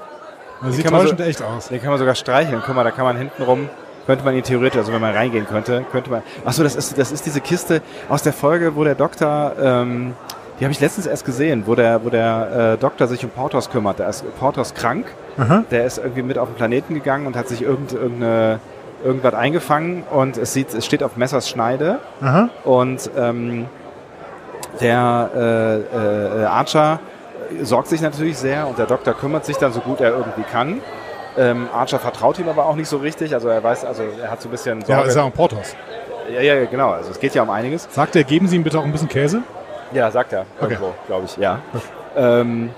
S1: Also sieht
S2: kann man so-
S1: täuschend echt aus.
S2: Den kann man sogar streicheln. Guck mal, da kann man hinten rum, könnte man ihn theoretisch, also wenn man reingehen könnte, könnte man. Achso, das ist, das ist diese Kiste aus der Folge, wo der Doktor, ähm, die habe ich letztens erst gesehen, wo der, wo der äh, Doktor sich um Portos kümmert. Da ist Portos krank,
S1: Aha.
S2: der ist irgendwie mit auf den Planeten gegangen und hat sich irgend, irgendeine, irgendwas eingefangen und es, sieht, es steht auf Messers Schneide.
S1: Aha.
S2: Und ähm, der äh, äh, Archer sorgt sich natürlich sehr und der Doktor kümmert sich dann so gut er irgendwie kann. Ähm, Archer vertraut ihm aber auch nicht so richtig, also er weiß, also er hat so ein bisschen
S1: Ja,
S2: Sorge.
S1: ist ja auch Portos.
S2: ja, ja, ja, genau, also es geht ja um einiges.
S1: Sagt er, geben Sie ihm bitte auch ein bisschen Käse?
S2: Ja, sagt er
S1: Okay.
S2: irgendwo, glaube ich, ja. ähm,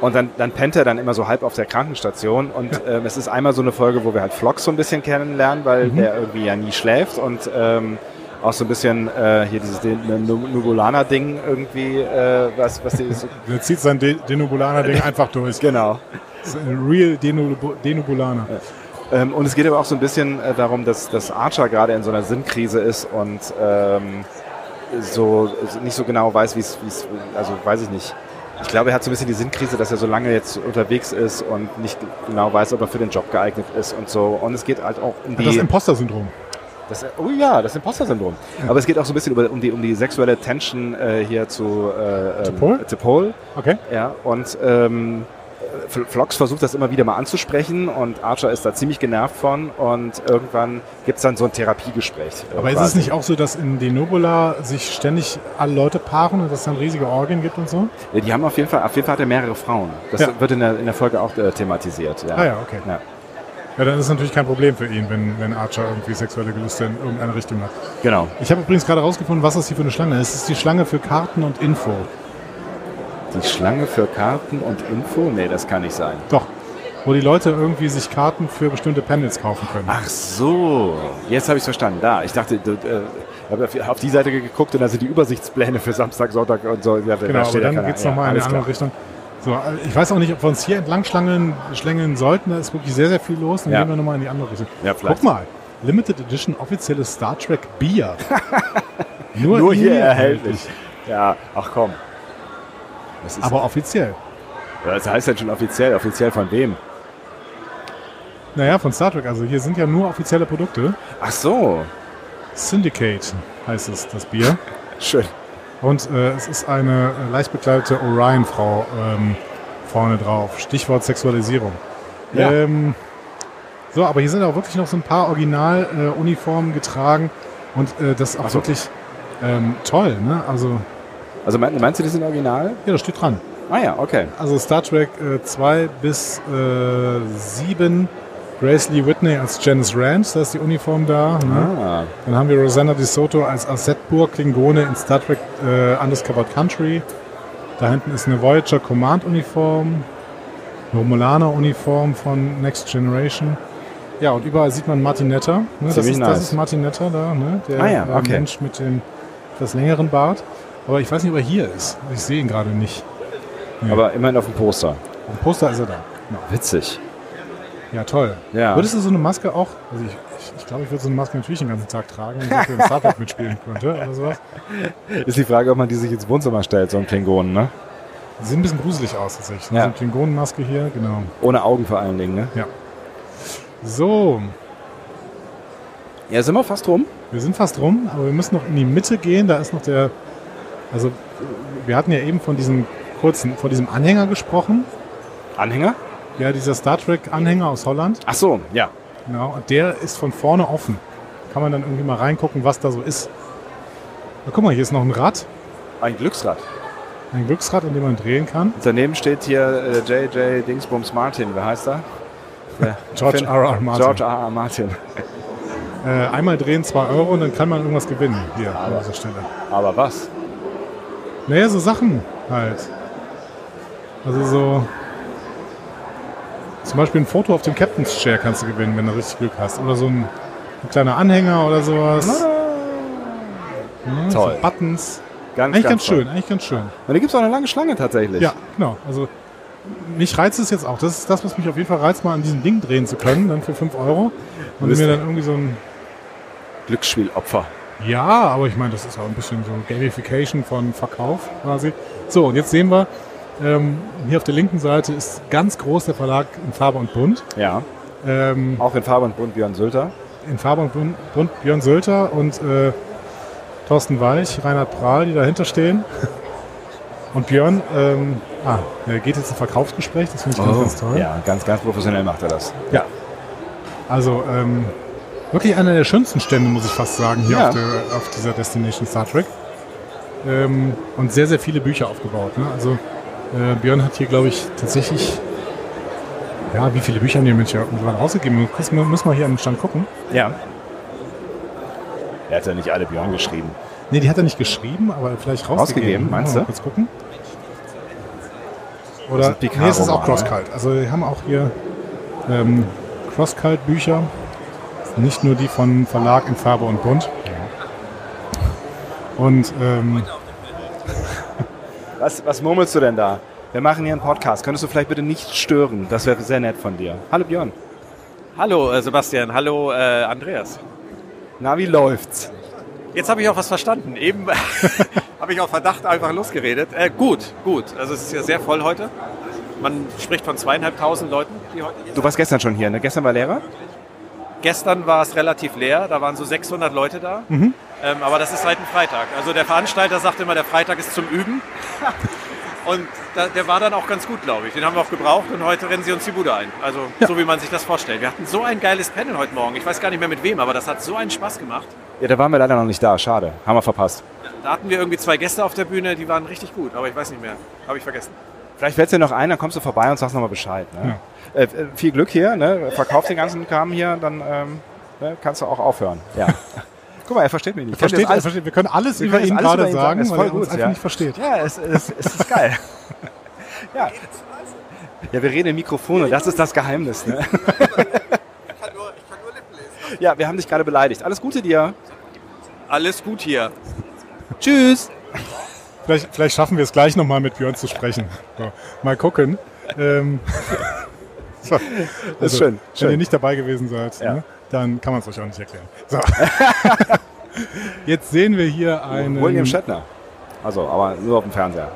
S2: und dann, dann pennt er dann immer so halb auf der Krankenstation und ähm, es ist einmal so eine Folge, wo wir halt Flock so ein bisschen kennenlernen, weil
S1: Mhm.
S2: der irgendwie ja nie schläft und ähm, auch so ein bisschen äh, hier dieses Den- Nu- Nugulana-Ding irgendwie, äh, was, was die so,
S1: Der zieht sein De Denubulaner-Ding einfach durch.
S2: genau.
S1: Das ist ein Real Denub Denubulaner.
S2: Ähm, und es geht aber auch so ein bisschen äh, darum, dass, dass Archer gerade in so einer Sinnkrise ist und ähm, so so nicht so genau weiß, wie es, wie es, also weiß ich nicht. Ich glaube, er hat so ein bisschen die Sinnkrise, dass er so lange jetzt unterwegs ist und nicht genau weiß, ob er für den Job geeignet ist und so. Und es geht halt auch um
S1: Hat das
S2: die.
S1: Imposter-Syndrom.
S2: Das, oh ja, das Imposter-Syndrom. Aber es geht auch so ein bisschen über, um, die, um die sexuelle Tension äh, hier zu äh, ähm,
S1: T'Pol?
S2: T'Pol.
S1: Okay?
S2: Ja, und ähm, F- Flox versucht das immer wieder mal anzusprechen und Archer ist da ziemlich genervt von und irgendwann gibt's dann so ein Therapiegespräch. äh,
S1: Aber ist es
S2: quasi.
S1: nicht auch so, dass in Denubula sich ständig alle Leute paaren und dass es dann riesige Orgien gibt und so?
S2: Ja, Die haben auf jeden Fall, auf jeden Fall hat er mehrere Frauen. Das
S1: Ja.
S2: wird in der, in der Folge auch äh, thematisiert. Ja.
S1: Ah ja, okay.
S2: Ja.
S1: Ja, dann ist es natürlich kein Problem für ihn, wenn, wenn Archer irgendwie sexuelle Gelüste in irgendeine Richtung hat.
S2: Genau.
S1: Ich habe übrigens gerade rausgefunden, was das hier für eine Schlange ist. Es ist die Schlange für Karten und Info.
S2: Die Schlange für Karten und Info? Nee, das kann nicht sein.
S1: Doch. Wo die Leute irgendwie sich Karten für bestimmte Panels kaufen können.
S2: Ach so, jetzt habe ich verstanden. Da, ich dachte, du, äh, habe auf- auf die Seite geguckt und da sind die Übersichtspläne für Samstag, Sonntag und so. Ja, da
S1: Genau, aber
S2: steht ja
S1: dann
S2: keiner.
S1: geht's
S2: Ja,
S1: noch nochmal in
S2: alles
S1: eine andere
S2: klar.
S1: Richtung. So, also ich weiß auch nicht, ob wir uns hier entlang schlängeln, schlängeln sollten. Da ist wirklich sehr, sehr viel los. Dann
S2: Ja.
S1: gehen wir nochmal in die andere Richtung.
S2: Ja, vielleicht.
S1: Guck mal, Limited Edition offizielles Star Trek Bier. Nur,
S2: Nur hier erhältlich. Ja, ach komm. Das, ist,
S1: Aber offiziell.
S2: das heißt dann schon offiziell. Offiziell von wem?
S1: Naja, von Star Trek. Also hier sind ja nur offizielle Produkte.
S2: Ach so,
S1: Syndicate heißt es, das Bier.
S2: schön.
S1: Und äh, es ist eine äh, leicht bekleidete Orion-Frau ähm, vorne drauf. Stichwort Sexualisierung.
S2: Ja.
S1: Ähm, so, aber hier sind auch wirklich noch so ein paar Original-Uniformen getragen und äh, das ist auch
S2: so.
S1: wirklich ähm, toll. Ne? Also,
S2: Also mein- meinst du, die sind original?
S1: ja, das steht dran.
S2: Ah ja, okay.
S1: Also Star Trek 2 bis 7, Grace Lee Whitney als Janice Rand, da ist die Uniform da. Ne?
S2: Ah,
S1: Dann haben wir Rosanna Di Soto als Assetburg Klingone in Star Trek äh, Undiscovered Country. Da hinten ist eine Voyager Command Uniform, eine Romulaner Uniform von Next Generation. Ja, und überall sieht man Martin Netter. Ne? Das,
S2: Ziemlich
S1: ist, das
S2: nice.
S1: ist Martin Netter da, ne? der
S2: Ah ja,
S1: äh,
S2: okay.
S1: Mensch mit dem das längeren Bart. Aber ich weiß nicht, ob er hier ist. Ich sehe ihn gerade nicht.
S2: aber immerhin auf dem Poster.
S1: Auf dem Poster ist er da. Genau.
S2: Witzig.
S1: Ja, toll.
S2: Ja.
S1: Würdest du so eine Maske auch, also ich, ich, ich glaube, ich würde so eine Maske natürlich den ganzen Tag tragen, wenn ich für den Star Trek mitspielen könnte oder sowas.
S2: Ist die Frage, ob man die sich ins Wohnzimmer stellt, so ein Klingonen, ne?
S1: Sieht ein bisschen gruselig aus tatsächlich.
S2: Ja.
S1: Ja. Eine Klingonenmaske hier, genau.
S2: Ohne Augen vor allen Dingen, ne?
S1: So,
S2: Ja, sind wir fast rum.
S1: wir sind fast rum, aber wir müssen noch in die Mitte gehen. Da ist noch der. Also, wir hatten ja eben von diesem kurzen, von diesem Anhänger gesprochen.
S2: Anhänger?
S1: Ja, dieser Star Trek-Anhänger aus Holland.
S2: Ach so, ja.
S1: Genau, und der ist von vorne offen. Kann man dann irgendwie mal reingucken, was da so ist. Na, guck mal, hier ist noch ein Rad,
S2: Ein Glücksrad.
S1: ein Glücksrad, an dem man drehen kann.
S2: Daneben steht hier äh, JJ Dingsbums Martin. Wer heißt er? Der
S1: George
S2: Finn-
S1: R.R. Martin.
S2: George R.R. Martin.
S1: Äh, einmal drehen, zwei Euro und dann kann man irgendwas gewinnen. Hier an dieser Stelle.
S2: Aber was?
S1: Naja, so Sachen halt. Also so. Zum Beispiel ein Foto auf dem Captain's Chair kannst du gewinnen, wenn du richtig Glück hast. Oder so ein, ein kleiner Anhänger oder sowas. Ja,
S2: Toll.
S1: So Buttons.
S2: Ganz,
S1: Eigentlich ganz
S2: toll.
S1: schön, eigentlich ganz schön.
S2: Und da gibt es auch eine lange Schlange tatsächlich.
S1: Ja, genau. Also mich reizt es jetzt auch. Das ist das, was mich auf jeden Fall reizt, mal an diesem Ding drehen zu können, dann für 5 Euro. Und
S2: Wisst
S1: mir
S2: ihr.
S1: dann irgendwie so ein.
S2: Glücksspielopfer.
S1: Ja, aber ich meine, das ist auch ein bisschen so Gamification von Verkauf quasi. So, und jetzt sehen wir, ähm, hier auf der linken Seite ist ganz groß der Verlag in Farbe und Bunt.
S2: Ja.
S1: Ähm,
S2: Auch in Farbe und Bunt Björn Sülter.
S1: in Farbe und Bun- Bunt Björn Sölter und äh, Thorsten Weich, Reinhard Prahl, die dahinter stehen. Und Björn, ähm, ah, er geht jetzt ein Verkaufsgespräch, das finde ich ganz, ganz Oh, toll.
S2: Oh. Ja, ganz, ganz professionell macht er das.
S1: Ja. Also, ähm, wirklich einer der schönsten Stände, muss ich fast sagen, hier
S2: Ja.
S1: auf, der, auf dieser Destination Star Trek. Ähm, und sehr, sehr viele Bücher aufgebaut. Ne? Also, äh, Björn hat hier, glaube ich, tatsächlich. Ja, wie viele Bücher haben die München mittlerweile rausgegeben? Müssen wir- Müssen wir hier an den Stand gucken.
S2: Ja. Er hat ja nicht alle Björn geschrieben.
S1: Nee, die hat er nicht geschrieben, aber vielleicht rausgegeben.
S2: Rausgegeben, meinst
S1: Mal
S2: du?
S1: Kurz gucken.
S2: Das
S1: Oder
S2: ist ein
S1: nee, es ist auch
S2: Picard-Roman, ne?
S1: Crosscult. Also wir haben auch hier ähm, Crosscult-Bücher, nicht nur die von Verlag in Farbe und Bunt. Und ähm,
S2: Was, was murmelst du denn da? Wir machen hier einen Podcast. Könntest du vielleicht bitte nicht stören? Das wäre sehr nett von dir. Hallo Björn.
S5: Hallo äh, Sebastian, hallo äh, Andreas.
S2: Na, wie läuft's?
S5: Jetzt habe ich auch was verstanden. Eben habe ich auf Verdacht einfach losgeredet. Äh, gut, gut. Also es ist ja sehr voll heute. Man spricht von zweieinhalbtausend Leuten, die heute hier sind.
S2: Du warst gestern schon hier, ne? Gestern war Lehrer?
S5: Gestern war es relativ leer, da waren so 600 Leute da. Ähm, aber das ist halt ein Freitag. Also der Veranstalter sagt immer, der Freitag ist zum Üben. Und da, der war dann auch ganz gut, glaube ich. Den haben wir auch gebraucht und heute rennen sie uns die Bude ein. Also so wie man sich das vorstellt. Wir hatten so ein geiles Panel heute Morgen. Ich weiß gar nicht mehr mit wem, aber das hat so einen Spaß gemacht.
S2: Ja, da waren wir leider noch nicht da. Schade. Haben wir verpasst.
S5: Da hatten wir irgendwie zwei Gäste auf der Bühne, die waren richtig gut, aber ich weiß nicht mehr. Habe ich vergessen.
S2: Vielleicht fällt dir noch ein, dann kommst du vorbei und sagst nochmal Bescheid. Ne? Äh, äh, viel Glück hier, ne? verkauf den ganzen Kram hier, dann ähm, ne? kannst du auch aufhören. Ja. Guck mal, er versteht mich nicht.
S1: versteht,
S2: Er alles-
S1: versteht, wir können alles
S2: wir
S1: über
S2: können
S1: ihn
S2: alles
S1: gerade
S2: über ihn
S1: sagen,
S2: ist
S1: weil
S2: voll
S1: er uns
S2: gut,
S1: einfach
S2: ja.
S1: nicht versteht.
S2: Ja, es, es, es ist geil. ja. ja, wir reden in Mikrofone, das ist das Geheimnis. Ne? ja, wir haben dich gerade beleidigt. Alles Gute dir.
S5: Alles gut hier.
S2: Tschüss.
S1: Vielleicht, vielleicht schaffen wir es gleich nochmal mit Björn zu sprechen. So, mal gucken. Ähm, so. also,
S2: ist schön,
S1: Wenn
S2: schön.
S1: ihr nicht dabei gewesen seid,
S2: Ja.
S1: ne, dann kann man es euch auch nicht erklären. So. Jetzt sehen wir hier einen
S2: William Shatner. Also, aber nur auf dem Fernseher.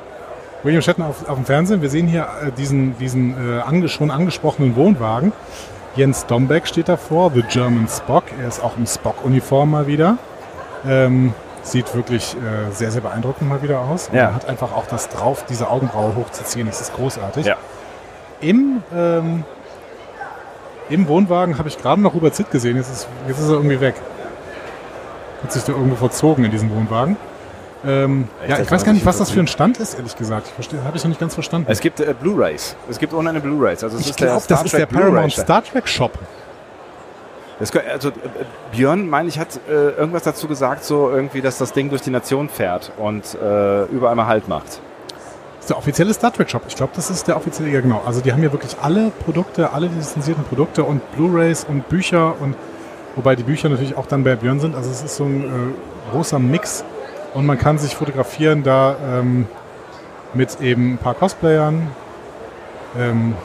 S1: William Shatner auf, auf dem Fernsehen. Wir sehen hier äh, diesen, diesen äh, ange, schon angesprochenen Wohnwagen. Jens Dombeck steht davor, The German Spock. Er ist auch im Spock-Uniform mal wieder. Ähm, sieht wirklich äh, sehr, sehr beeindruckend mal wieder aus. Und
S2: Ja.
S1: Er hat einfach auch das drauf, diese Augenbraue hochzuziehen. Das ist großartig.
S2: Ja.
S1: Im, ähm, im Wohnwagen habe ich gerade noch Robert Zitt gesehen. Jetzt ist, jetzt ist er irgendwie weg. Hat sich da irgendwo verzogen in diesem Wohnwagen. Ähm,
S2: Echt,
S1: ja,
S2: das
S1: ich
S2: war
S1: weiß gar nicht,
S2: wirklich
S1: was das für ein Stand ist, ehrlich gesagt. Ich verstehe, habe ich noch nicht ganz verstanden.
S2: Es gibt äh, Blu-Rays. Es gibt ohne eine Blu-Rays. Also, es
S1: ich
S2: ist der
S1: glaube,
S2: Star
S1: das ist
S2: Trek
S1: der Paramount
S2: Blu-ray.
S1: Star Trek Shop.
S2: Das, kö- also äh, äh, Björn, meine ich, hat äh, irgendwas dazu gesagt, so irgendwie, dass das Ding durch die Nation fährt und äh, überall mal Halt macht.
S1: Das ist der offizielle Star Trek Shop. Ich glaube, das ist der offizielle, ja genau. Also die haben ja wirklich alle Produkte, alle lizenzierten Produkte und Blu-Rays und Bücher und wobei die Bücher natürlich auch dann bei Björn sind. Also es ist so ein äh, großer Mix und man kann sich fotografieren da ähm, mit eben ein paar Cosplayern. Ähm,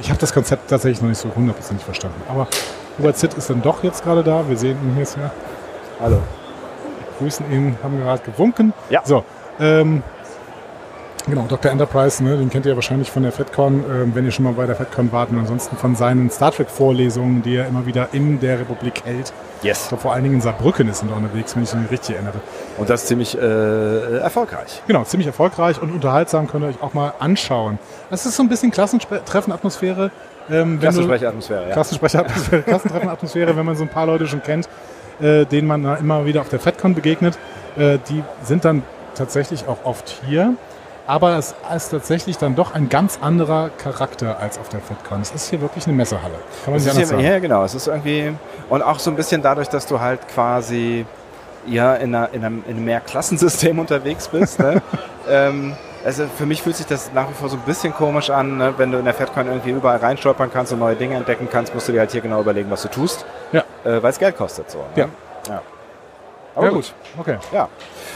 S1: ich habe das Konzept tatsächlich noch nicht so hundertprozentig verstanden. Aber Robert Zitt ist dann doch jetzt gerade da. Wir sehen ihn hier ist ja.
S2: Hallo.
S1: grüßen ihn, haben gerade gewunken.
S2: Ja.
S1: So, ähm, Genau, Dr. Enterprise, ne, den kennt ihr ja wahrscheinlich von der FedCon, ähm, wenn ihr schon mal bei der FedCon wart und ansonsten von seinen Star Trek-Vorlesungen, die er immer wieder in der Republik hält. Ich
S2: Yes.
S1: glaube, vor allen Dingen in Saarbrücken ist er noch unterwegs, wenn ich mich richtig erinnere.
S2: Und das ziemlich äh, erfolgreich.
S1: Genau, ziemlich erfolgreich und unterhaltsam, könnt ihr euch auch mal anschauen. Das ist so ein bisschen Klassentreffen-Atmosphäre. Ähm, wenn du-
S2: Atmosphäre, ja.
S1: Klassensprecheratmosphäre, Klassentreffenatmosphäre, wenn man so ein paar Leute schon kennt, äh, denen man da immer wieder auf der FedCon begegnet. Äh, die sind dann tatsächlich auch oft hier. Aber es ist tatsächlich dann doch ein ganz anderer Charakter als auf der FedCon. Es ist hier wirklich eine Messehalle. Kann man
S2: Es
S1: nicht
S2: ist
S1: anders
S2: hier,
S1: sagen.
S2: ja, genau. Es ist irgendwie, und auch so ein bisschen dadurch, dass du halt quasi ja, in, einer, in, einem, in einem Mehrklassensystem unterwegs bist. Ne? ähm, also für mich fühlt sich das nach wie vor so ein bisschen komisch an, ne? wenn du in der FedCon irgendwie überall reinstolpern kannst und neue Dinge entdecken kannst, musst du dir halt hier genau überlegen, was du tust,
S1: Ja.
S2: äh, weil es Geld kostet. So, ne?
S1: Ja.
S2: ja. Aber
S1: Ja
S2: gut.
S1: gut, okay,
S2: Ja.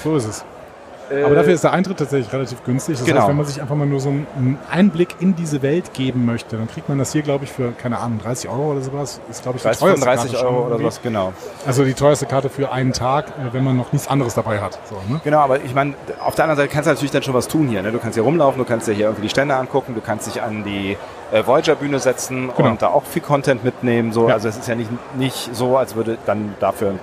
S1: so ist es. Aber dafür ist der Eintritt tatsächlich relativ günstig. Das
S2: Genau.
S1: heißt, wenn man sich einfach mal nur so einen Einblick in diese Welt geben möchte, dann kriegt man das hier, glaube ich, für, keine Ahnung, 30 Euro oder sowas. Ist, glaube ich, die
S2: Preis
S1: teuerste
S2: 35
S1: Karte schon
S2: Euro oder
S1: ne? irgendwie.
S2: was, genau.
S1: Also die teuerste Karte für einen Tag, äh, wenn man noch nichts anderes dabei hat. So, ne?
S2: Genau, aber ich meine, auf der anderen Seite kannst du natürlich dann schon was tun hier. Ne? Du kannst hier rumlaufen, du kannst dir hier irgendwie die Stände angucken, du kannst dich an die äh, Voyager-Bühne setzen
S1: Genau.
S2: und da auch viel Content mitnehmen. So.
S1: Ja.
S2: Also es ist ja nicht, nicht so, als würde dann dafür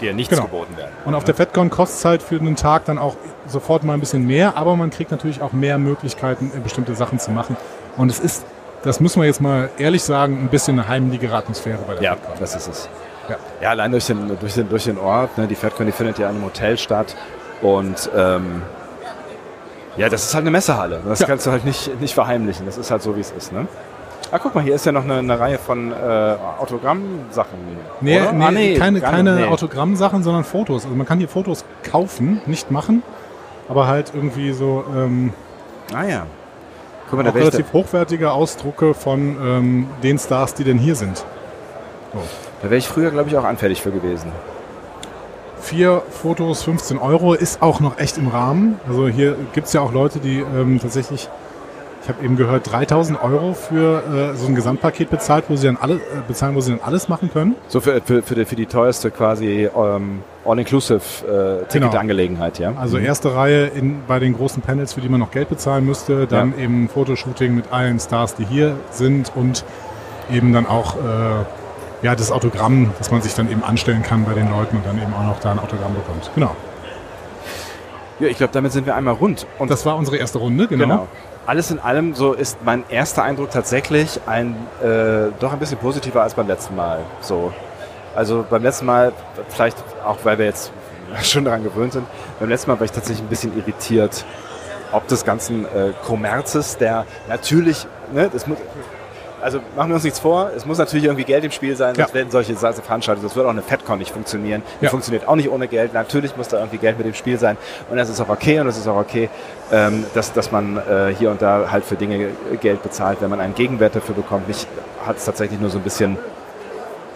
S2: dir nichts
S1: Genau.
S2: geboten werden.
S1: Und auf der FedCon kostet es halt für einen Tag dann auch sofort mal ein bisschen mehr, aber man kriegt natürlich auch mehr Möglichkeiten, äh, bestimmte Sachen zu machen. Und es ist, das müssen wir jetzt mal ehrlich sagen, ein bisschen eine heimliche Atmosphäre bei der
S2: Ja,
S1: FedCon.
S2: das ist es.
S1: Ja.
S2: Ja, allein durch den, durch den, durch den Ort. Ne? Die FedCon, die findet ja in einem Hotel statt. Und ähm, ja, das ist halt eine Messehalle. Das
S1: Ja.
S2: kannst du halt nicht, nicht verheimlichen. Das ist halt so, wie es ist. Ne? Ah, guck mal, hier ist ja noch eine, eine Reihe von äh, Autogrammsachen.
S1: Nee,
S2: oder?
S1: nee,
S2: Ah,
S1: keine,
S2: gar
S1: keine
S2: nicht. Nee.
S1: Autogrammsachen, sondern Fotos. Also man kann hier Fotos kaufen, nicht machen, aber halt irgendwie so ähm,
S2: Ah ja. Guck mal,
S1: auch
S2: da wäre ich, da
S1: relativ hochwertige Ausdrucke von ähm, den Stars, die denn hier sind.
S2: da wär ich früher, glaube ich, auch anfällig für gewesen.
S1: Vier Fotos, 15 Euro, ist auch noch echt im Rahmen. Also hier gibt's ja auch Leute, die ähm, tatsächlich, ich habe eben gehört, 3000 Euro für äh, so ein Gesamtpaket bezahlt, wo sie dann alle, äh, bezahlen, wo sie dann alles machen können.
S2: So für, für, für, die, für die teuerste quasi ähm, All-Inclusive-Ticket-Angelegenheit, ja?
S1: Genau.
S2: Mhm.
S1: Also erste Reihe in, bei den großen Panels, für die man noch Geld bezahlen müsste, dann eben Fotoshooting mit allen Stars, die hier sind und eben dann auch äh, ja, das Autogramm, das man sich dann eben anstellen kann bei den Leuten und dann eben auch noch da ein Autogramm bekommt. Genau.
S2: ja, ich glaube, damit sind wir einmal rund. Und
S1: Das war unsere erste Runde, genau.
S2: Genau. Alles in allem, so ist mein erster Eindruck tatsächlich ein äh, doch ein bisschen positiver als beim letzten Mal. So, also beim letzten Mal vielleicht auch, weil wir jetzt schon daran gewöhnt sind. Beim letzten Mal war ich tatsächlich ein bisschen irritiert, ob des ganzen äh, Kommerzes, der natürlich, ne, das muss, also machen wir uns nichts vor, es muss natürlich irgendwie Geld im Spiel sein, sonst
S1: Ja.
S2: werden solche Sa- Veranstaltungen, sonst wird auch eine FedCon nicht funktionieren. Die
S1: Ja.
S2: funktioniert auch nicht ohne Geld. Natürlich muss da irgendwie Geld mit im Spiel sein. Und das ist auch okay und das ist auch okay, ähm, dass, dass man äh, hier und da halt für Dinge Geld bezahlt, wenn man einen Gegenwert dafür bekommt. Mich hat es tatsächlich nur so ein bisschen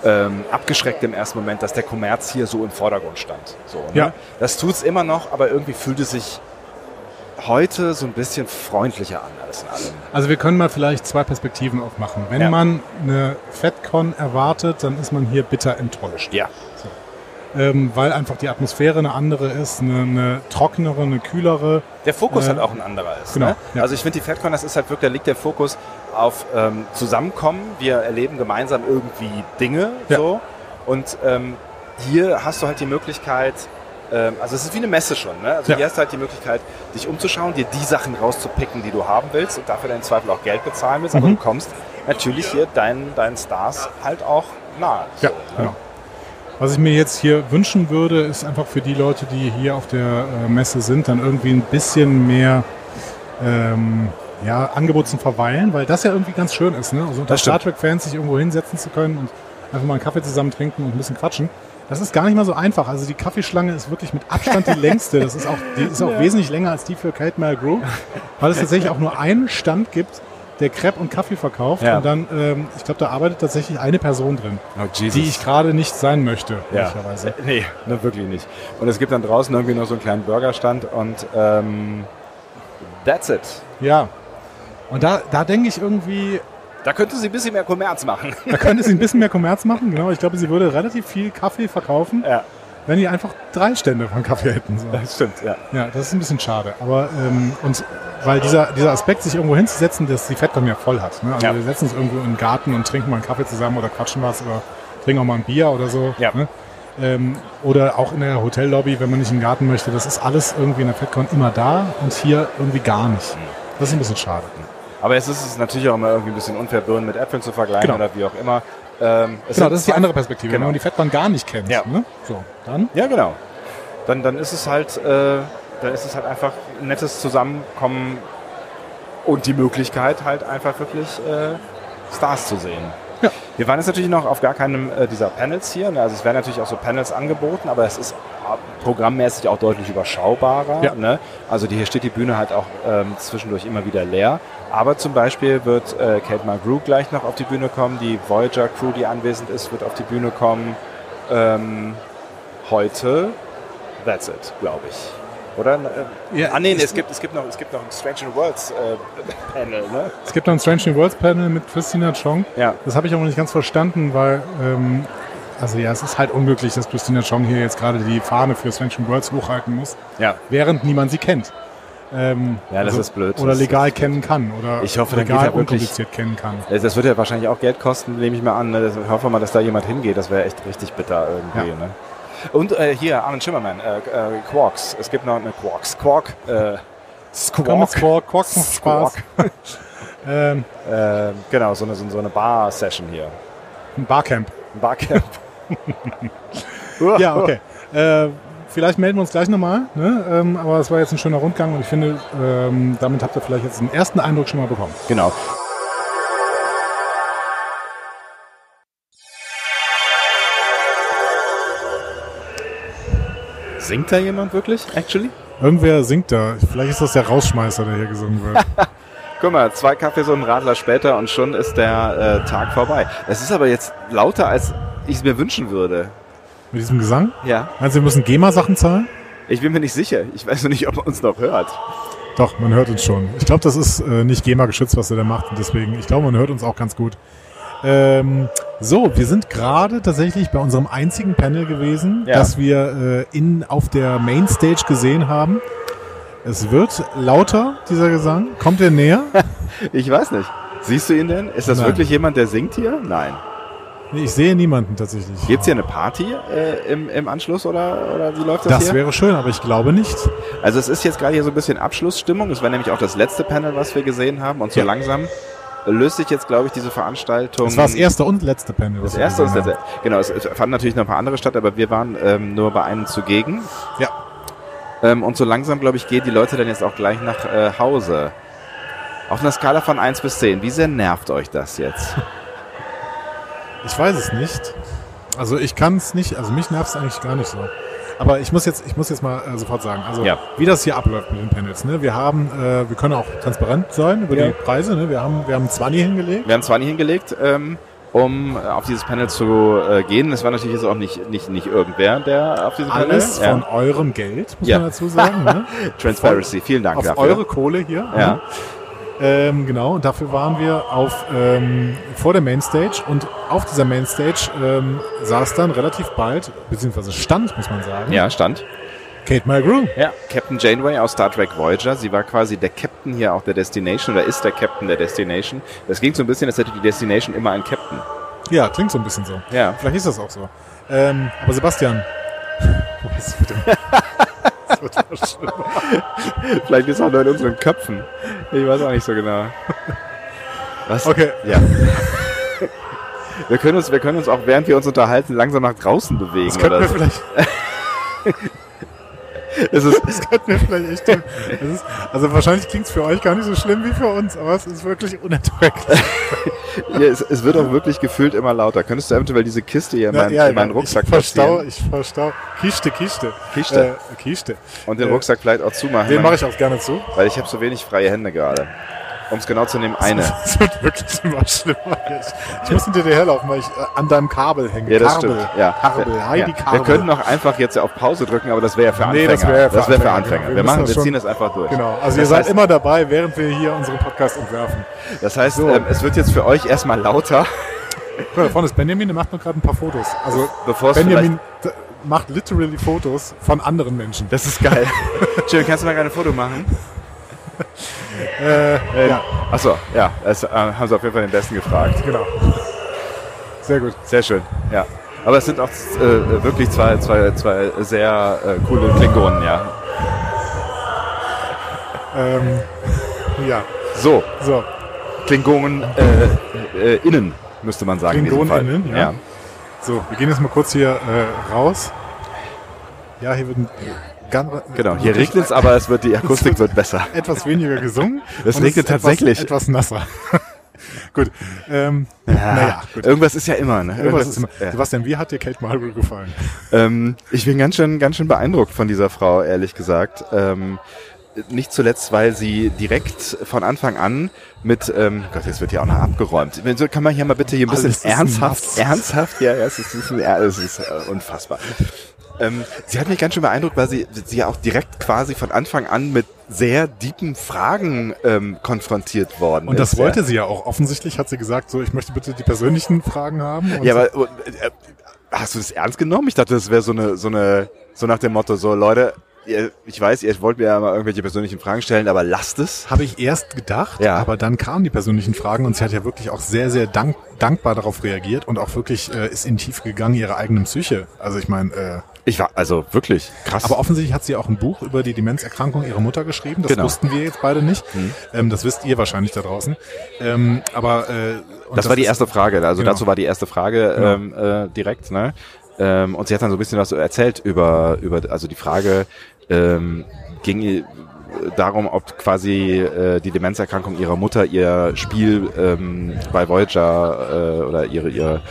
S2: ähm, abgeschreckt im ersten Moment, dass der Kommerz hier so im Vordergrund stand. So, ne?
S1: Ja.
S2: Das tut's immer noch, aber irgendwie fühlt es sich heute so ein bisschen freundlicher an alles in allem.
S1: Also wir können mal vielleicht zwei Perspektiven aufmachen. Wenn
S2: Ja.
S1: man eine FedCon erwartet, dann ist man hier bitter enttäuscht.
S2: Ja.
S1: Ähm, weil einfach die Atmosphäre eine andere ist, eine, eine trockenere, eine kühlere.
S2: Der Fokus
S1: Äh,
S2: halt auch ein anderer ist.
S1: genau,
S2: ne?
S1: ja.
S2: Also ich finde die FedCon, das ist halt wirklich, da liegt der Fokus auf ähm, Zusammenkommen. Wir erleben gemeinsam irgendwie Dinge
S1: Ja.
S2: so. Und ähm, hier hast du halt die Möglichkeit, ähm, also es ist wie eine Messe schon, ne? Also
S1: Ja.
S2: hier hast du halt die Möglichkeit, dich umzuschauen, dir die Sachen rauszupicken, die du haben willst und dafür dann im Zweifel auch Geld bezahlen willst,
S1: Mhm.
S2: aber du kommst natürlich hier deinen, deinen Stars halt auch nahe.
S1: Ja,
S2: so, ne?
S1: genau. Was ich mir jetzt hier wünschen würde, ist einfach für die Leute, die hier auf der äh, Messe sind, dann irgendwie ein bisschen mehr ähm, ja, Angebot zum Verweilen, weil das ja irgendwie ganz schön ist, ne? Also unter
S2: Das stimmt.
S1: Star Trek-Fans sich irgendwo hinsetzen zu können und einfach mal einen Kaffee zusammen trinken und ein bisschen quatschen. Das ist gar nicht mal so einfach. Also die Kaffeeschlange ist wirklich mit Abstand die längste. Das ist auch, die ist auch wesentlich länger als die für Kate Malgrew, weil es tatsächlich auch nur einen Stand gibt, der Crepe und Kaffee verkauft.
S2: Ja.
S1: Und dann, ähm, ich glaube, da arbeitet tatsächlich eine Person drin
S2: Oh, Jesus.
S1: die ich gerade nicht sein möchte,
S2: Ja.
S1: ehrlicherweise.
S2: Nee, ne, wirklich nicht. Und es gibt dann draußen irgendwie noch so einen kleinen Burgerstand und ähm, that's it.
S1: Ja. Und da, da denke ich irgendwie,
S2: Da könnte sie ein bisschen mehr Kommerz machen.
S1: da könnte sie ein bisschen mehr Kommerz machen. Genau, ich glaube, sie würde relativ viel Kaffee verkaufen.
S2: Ja.
S1: wenn die einfach drei Stände von Kaffee hätten. So.
S2: Das stimmt, ja.
S1: Ja, das ist ein bisschen schade. Aber ähm, und weil dieser, dieser Aspekt, sich irgendwo hinzusetzen, dass die Fettkammer ja voll hat. Ne? Also
S2: Ja.
S1: wir setzen uns irgendwo im Garten und trinken mal einen Kaffee zusammen oder quatschen was oder trinken auch mal ein Bier oder so.
S2: Ja.
S1: Ne? Ähm, oder auch in der Hotellobby, wenn man nicht in den Garten möchte. Das ist alles irgendwie in der FedCon immer da und hier irgendwie gar nicht. Das ist ein bisschen schade.
S2: Aber es ist natürlich auch immer irgendwie ein bisschen unfair, Birnen mit Äpfeln zu vergleichen
S1: Genau.
S2: oder wie auch immer. Ähm, es
S1: Genau, das
S2: sind
S1: ist die
S2: zwei-
S1: andere Perspektive.
S2: Genau.
S1: Wenn man die FedCon gar nicht kennt.
S2: Ja.
S1: Ne? So, dann.
S2: Ja, genau. Dann, dann ist es halt, äh, dann ist es halt einfach ein nettes Zusammenkommen und die Möglichkeit, halt einfach wirklich äh, Stars zu sehen.
S1: Ja.
S2: Wir waren jetzt natürlich noch auf gar keinem äh, dieser Panels hier. ne? Also es werden natürlich auch so Panels angeboten, aber es ist äh, programmmäßig auch deutlich überschaubarer.
S1: Ja.
S2: Ne? Also die, hier steht die Bühne halt auch ähm, zwischendurch immer wieder leer. Aber zum Beispiel wird äh, Kate McGrew gleich noch auf die Bühne kommen. Die Voyager Crew, die anwesend ist, wird auf die Bühne kommen. Ähm, heute, that's it, glaube ich. Oder? Äh,
S1: Ja,
S2: ah, nee, nee, es, gibt, es, gibt noch, es gibt noch ein Stranger Worlds äh, Panel, ne?
S1: Es gibt noch ein Strange New Worlds Panel mit Christina Chong.
S2: Ja.
S1: Das habe ich aber noch nicht ganz verstanden, weil, ähm, also ja, es ist halt unglücklich, dass Christina Chong hier jetzt gerade die Fahne für Strange New Worlds hochhalten muss,
S2: Ja.
S1: während niemand sie kennt. Ähm,
S2: Ja, das ist blöd.
S1: Oder
S2: Das-
S1: legal kennen kann. Oder
S2: Ich hoffe, dann geht
S1: legal
S2: er wirklich-
S1: unkompliziert kennen kann.
S2: Also Das wird ja wahrscheinlich auch Geld kosten, nehme ich mal an. Ne? Das- Ich hoffe mal, dass da jemand hingeht. Das wäre echt richtig bitter irgendwie.
S1: Ja.
S2: Ne? Und äh, hier, Armin Schimmermann, äh, äh, Quarks. Es gibt noch eine Quarks. Quark. Äh,
S1: Komm mit Quark,
S2: Squawk.
S1: Quark macht Spaß. Ähm,
S2: Äh, genau, so eine, so so eine Bar-Session hier.
S1: ein Barcamp.
S2: Ein Barcamp.
S1: Ja, okay. Äh, vielleicht melden wir uns gleich nochmal. Ne? Ähm, aber es war jetzt ein schöner Rundgang und ich finde, ähm, damit habt ihr vielleicht jetzt einen ersten Eindruck schon mal bekommen.
S2: Genau. Singt da jemand wirklich, actually?
S1: Irgendwer singt da. Vielleicht ist das der Rausschmeißer, der hier gesungen wird.
S2: Guck mal, zwei Kaffees und ein Radler später und schon ist der äh, Tag vorbei. Es ist aber jetzt lauter, als ich es mir wünschen würde.
S1: Mit diesem Gesang?
S2: Ja.
S1: Meinst du, wir müssen GEMA-Sachen zahlen?
S2: Ich bin mir nicht sicher. Ich weiß noch nicht, ob man uns noch hört.
S1: Doch, man hört uns schon. Ich glaube, das ist äh, nicht GEMA-geschützt, was er da macht. Und deswegen, ich glaube, man hört uns auch ganz gut. Ähm, so, wir sind gerade tatsächlich bei unserem einzigen Panel gewesen,
S2: Ja.
S1: das wir äh, in, auf der Mainstage gesehen haben. Es wird lauter, dieser Gesang. Kommt er näher?
S2: Ich weiß nicht. Siehst du ihn denn? Ist das
S1: Nein.
S2: wirklich jemand, der singt hier? Nein.
S1: Nee, ich sehe niemanden tatsächlich.
S2: Gibt's hier eine Party äh, im, im Anschluss oder, oder wie läuft das,
S1: Das
S2: hier?
S1: wäre schön, aber ich glaube nicht.
S2: Also es ist jetzt gerade hier so ein bisschen Abschlussstimmung. Es war nämlich auch das letzte Panel, was wir gesehen haben. Und so
S1: Ja.
S2: langsam löst sich jetzt, glaube ich, diese Veranstaltung.
S1: Das war das erste und letzte Panel.
S2: Um Das
S1: was wir
S2: erste und das
S1: gesehen
S2: letzte. Genau, es, es fanden natürlich noch ein paar andere statt, aber wir waren ähm, nur bei einem zugegen.
S1: haben. Ja,
S2: Ähm, und so langsam, glaube ich, gehen die Leute dann jetzt auch gleich nach äh, Hause. Auf einer Skala von 1 bis 10. Wie sehr nervt euch das jetzt?
S1: Ich weiß es nicht. Also ich kann es nicht, also mich nervt es eigentlich gar nicht so. Aber ich muss jetzt, ich muss jetzt mal äh, sofort sagen, also
S2: Ja.
S1: wie das hier abläuft mit den Panels. Ne? Wir haben, äh, wir können auch transparent sein über
S2: Ja.
S1: die Preise. Ne? Wir haben, wir haben 20 hingelegt.
S2: Wir haben 20 hingelegt, ähm, um äh, auf dieses Panel zu äh, gehen. Es war natürlich jetzt auch nicht, nicht, nicht irgendwer, der auf diesem Panel
S1: Alles
S2: Ja.
S1: von eurem Geld, muss
S2: Ja.
S1: man dazu sagen. Ne?
S2: Transparency. Vielen Dank
S1: auf
S2: dafür.
S1: eure Kohle hier.
S2: Ja.
S1: Ähm, genau, und dafür waren wir auf, ähm, vor der Mainstage und auf dieser Mainstage ähm, saß dann relativ bald, beziehungsweise stand, muss man sagen,
S2: Ja, stand.
S1: Kate Mulgrew.
S2: Ja, Captain Janeway aus Star Trek Voyager. Sie war quasi der Captain hier auch der Destination oder ist der Captain der Destination. Das ging so ein bisschen, als hätte die Destination immer einen Captain.
S1: Ja, klingt so ein bisschen so.
S2: Ja.
S1: Vielleicht ist das auch so. Ähm, aber Sebastian. Wo bist du denn? Das wird voll schlimm.
S2: Vielleicht ist er auch nur in unseren Köpfen. Ich weiß auch nicht so genau. Was?
S1: okay.
S2: Ja. Wir können, uns, wir können uns auch, während wir uns unterhalten, langsam nach draußen bewegen.
S1: Das könnten
S2: oder
S1: wir
S2: so.
S1: vielleicht,
S2: Es ist,
S1: das könnten wir vielleicht echt tun. Das ist, also wahrscheinlich klingt's für euch gar nicht so schlimm wie für uns, aber es ist wirklich unerträglich.
S2: ja, es, es wird auch wirklich gefühlt immer lauter. Könntest du eventuell diese Kiste hier in,
S1: Na,
S2: meinen,
S1: ja,
S2: in meinen
S1: ja,
S2: Rucksack
S1: Ich verstau,
S2: platzieren
S1: ich verstau. Kiste, Kiste.
S2: Kiste.
S1: Äh, Kiste.
S2: und den
S1: äh,
S2: Rucksack vielleicht auch zumachen?
S1: Den mache ich auch gerne zu.
S2: Weil ich habe so wenig freie Hände gerade. Um es genau zu nehmen, eine.
S1: Es wird wirklich immer schlimmer. Ich, ich muss hinter dir herlaufen, weil ich äh, an deinem Kabel hänge.
S2: Ja, das
S1: Kabel,
S2: stimmt. Ja.
S1: Kabel,
S2: ja.
S1: Heidi
S2: Wir
S1: Kabel.
S2: könnten auch einfach jetzt auf Pause drücken, aber das wäre ja für Anfänger.
S1: Nee, das wäre ja für
S2: das wär für
S1: Anfänger.
S2: Anfänger.
S1: Wir
S2: Wir,
S1: müssen
S2: machen,
S1: das
S2: wir
S1: schon-
S2: ziehen das einfach durch.
S1: Genau, also ihr
S2: das
S1: seid
S2: heißt,
S1: immer dabei, während wir hier unseren Podcast entwerfen.
S2: Das heißt,
S1: So.
S2: ähm, es wird jetzt für euch erstmal lauter.
S1: Äh, Guck mal, da vorne ist Benjamin, der macht noch gerade ein paar Fotos. Also
S2: Bevor es
S1: Benjamin, macht literally Fotos von anderen Menschen.
S2: Das ist geil. Schön, kannst du mal gerade ein Foto machen? Ähm,
S1: Äh, ja,
S2: Achso, ja, das äh, haben sie auf jeden Fall den Besten gefragt.
S1: genau. Sehr gut.
S2: Sehr schön, ja. Aber es sind auch äh, wirklich zwei, zwei, zwei sehr äh, coole Klingonen, ja.
S1: Ähm, ja,
S2: So,
S1: so.
S2: Klingonen äh, äh, innen, müsste man sagen. in diesem
S1: Klingonen
S2: Fall.
S1: innen, ja. So, wir gehen jetzt mal kurz hier äh, raus. Ja, hier wird ein ganz,
S2: Genau, hier regnet es, aber es wird, die Akustik wird besser.
S1: etwas weniger gesungen.
S2: Es
S1: und
S2: regnet
S1: ist etwas-
S2: tatsächlich.
S1: Etwas nasser. gut. Ähm, naja, gut.
S2: Ah, Irgendwas ist ja immer, ne?
S1: Irgendwas ist immer.
S2: ja.
S1: Sebastian, wie hat dir Kate Marvel gefallen?
S2: Ähm, ich bin ganz schön, ganz schön beeindruckt von dieser Frau, ehrlich gesagt. Ähm, nicht zuletzt, weil sie direkt von Anfang an mit, ähm, Gott, jetzt wird hier auch noch abgeräumt. Wenn so- Kann man hier mal bitte hier ein bisschen
S1: Alles ist
S2: ernsthaft,
S1: nass.
S2: ernsthaft, ja, ja, es ist, es ist, ja, es ist äh, unfassbar. Ähm, sie hat mich ganz schön beeindruckt, weil sie, sie ja auch direkt quasi von Anfang an mit sehr deepen Fragen ähm, konfrontiert worden
S1: Und das
S2: ist. ja.
S1: wollte sie ja auch. Offensichtlich hat sie gesagt, so, ich möchte bitte die persönlichen Fragen haben. Und
S2: Ja, aber äh, hast du das ernst genommen? Ich dachte, das wäre so eine, so eine, so nach dem Motto, so Leute, ihr, ich weiß, ihr wollt mir ja mal irgendwelche persönlichen Fragen stellen, aber lasst es.
S1: habe ich erst gedacht,
S2: Ja.
S1: aber dann kamen die persönlichen Fragen und sie hat ja wirklich auch sehr, sehr dank, dankbar darauf reagiert und auch wirklich äh, ist in die Tiefe gegangen, ihre eigene Psyche. Also ich meine, äh,
S2: Ich war, also wirklich krass.
S1: aber offensichtlich hat sie auch ein Buch über die Demenzerkrankung ihrer Mutter geschrieben. Das
S2: Genau. Mhm.
S1: wussten wir jetzt beide nicht. Ähm, das wisst ihr wahrscheinlich da draußen. Ähm, aber äh, und
S2: das, war die
S1: ist-
S2: erste Frage. Also
S1: Genau.
S2: dazu war die erste Frage ähm, äh, direkt, ne? Ähm, und sie hat dann so ein bisschen was erzählt über, über also die Frage ähm, ging ihr darum, ob quasi äh, die Demenzerkrankung ihrer Mutter ihr Spiel ähm, bei Voyager äh, oder ihre, ihre,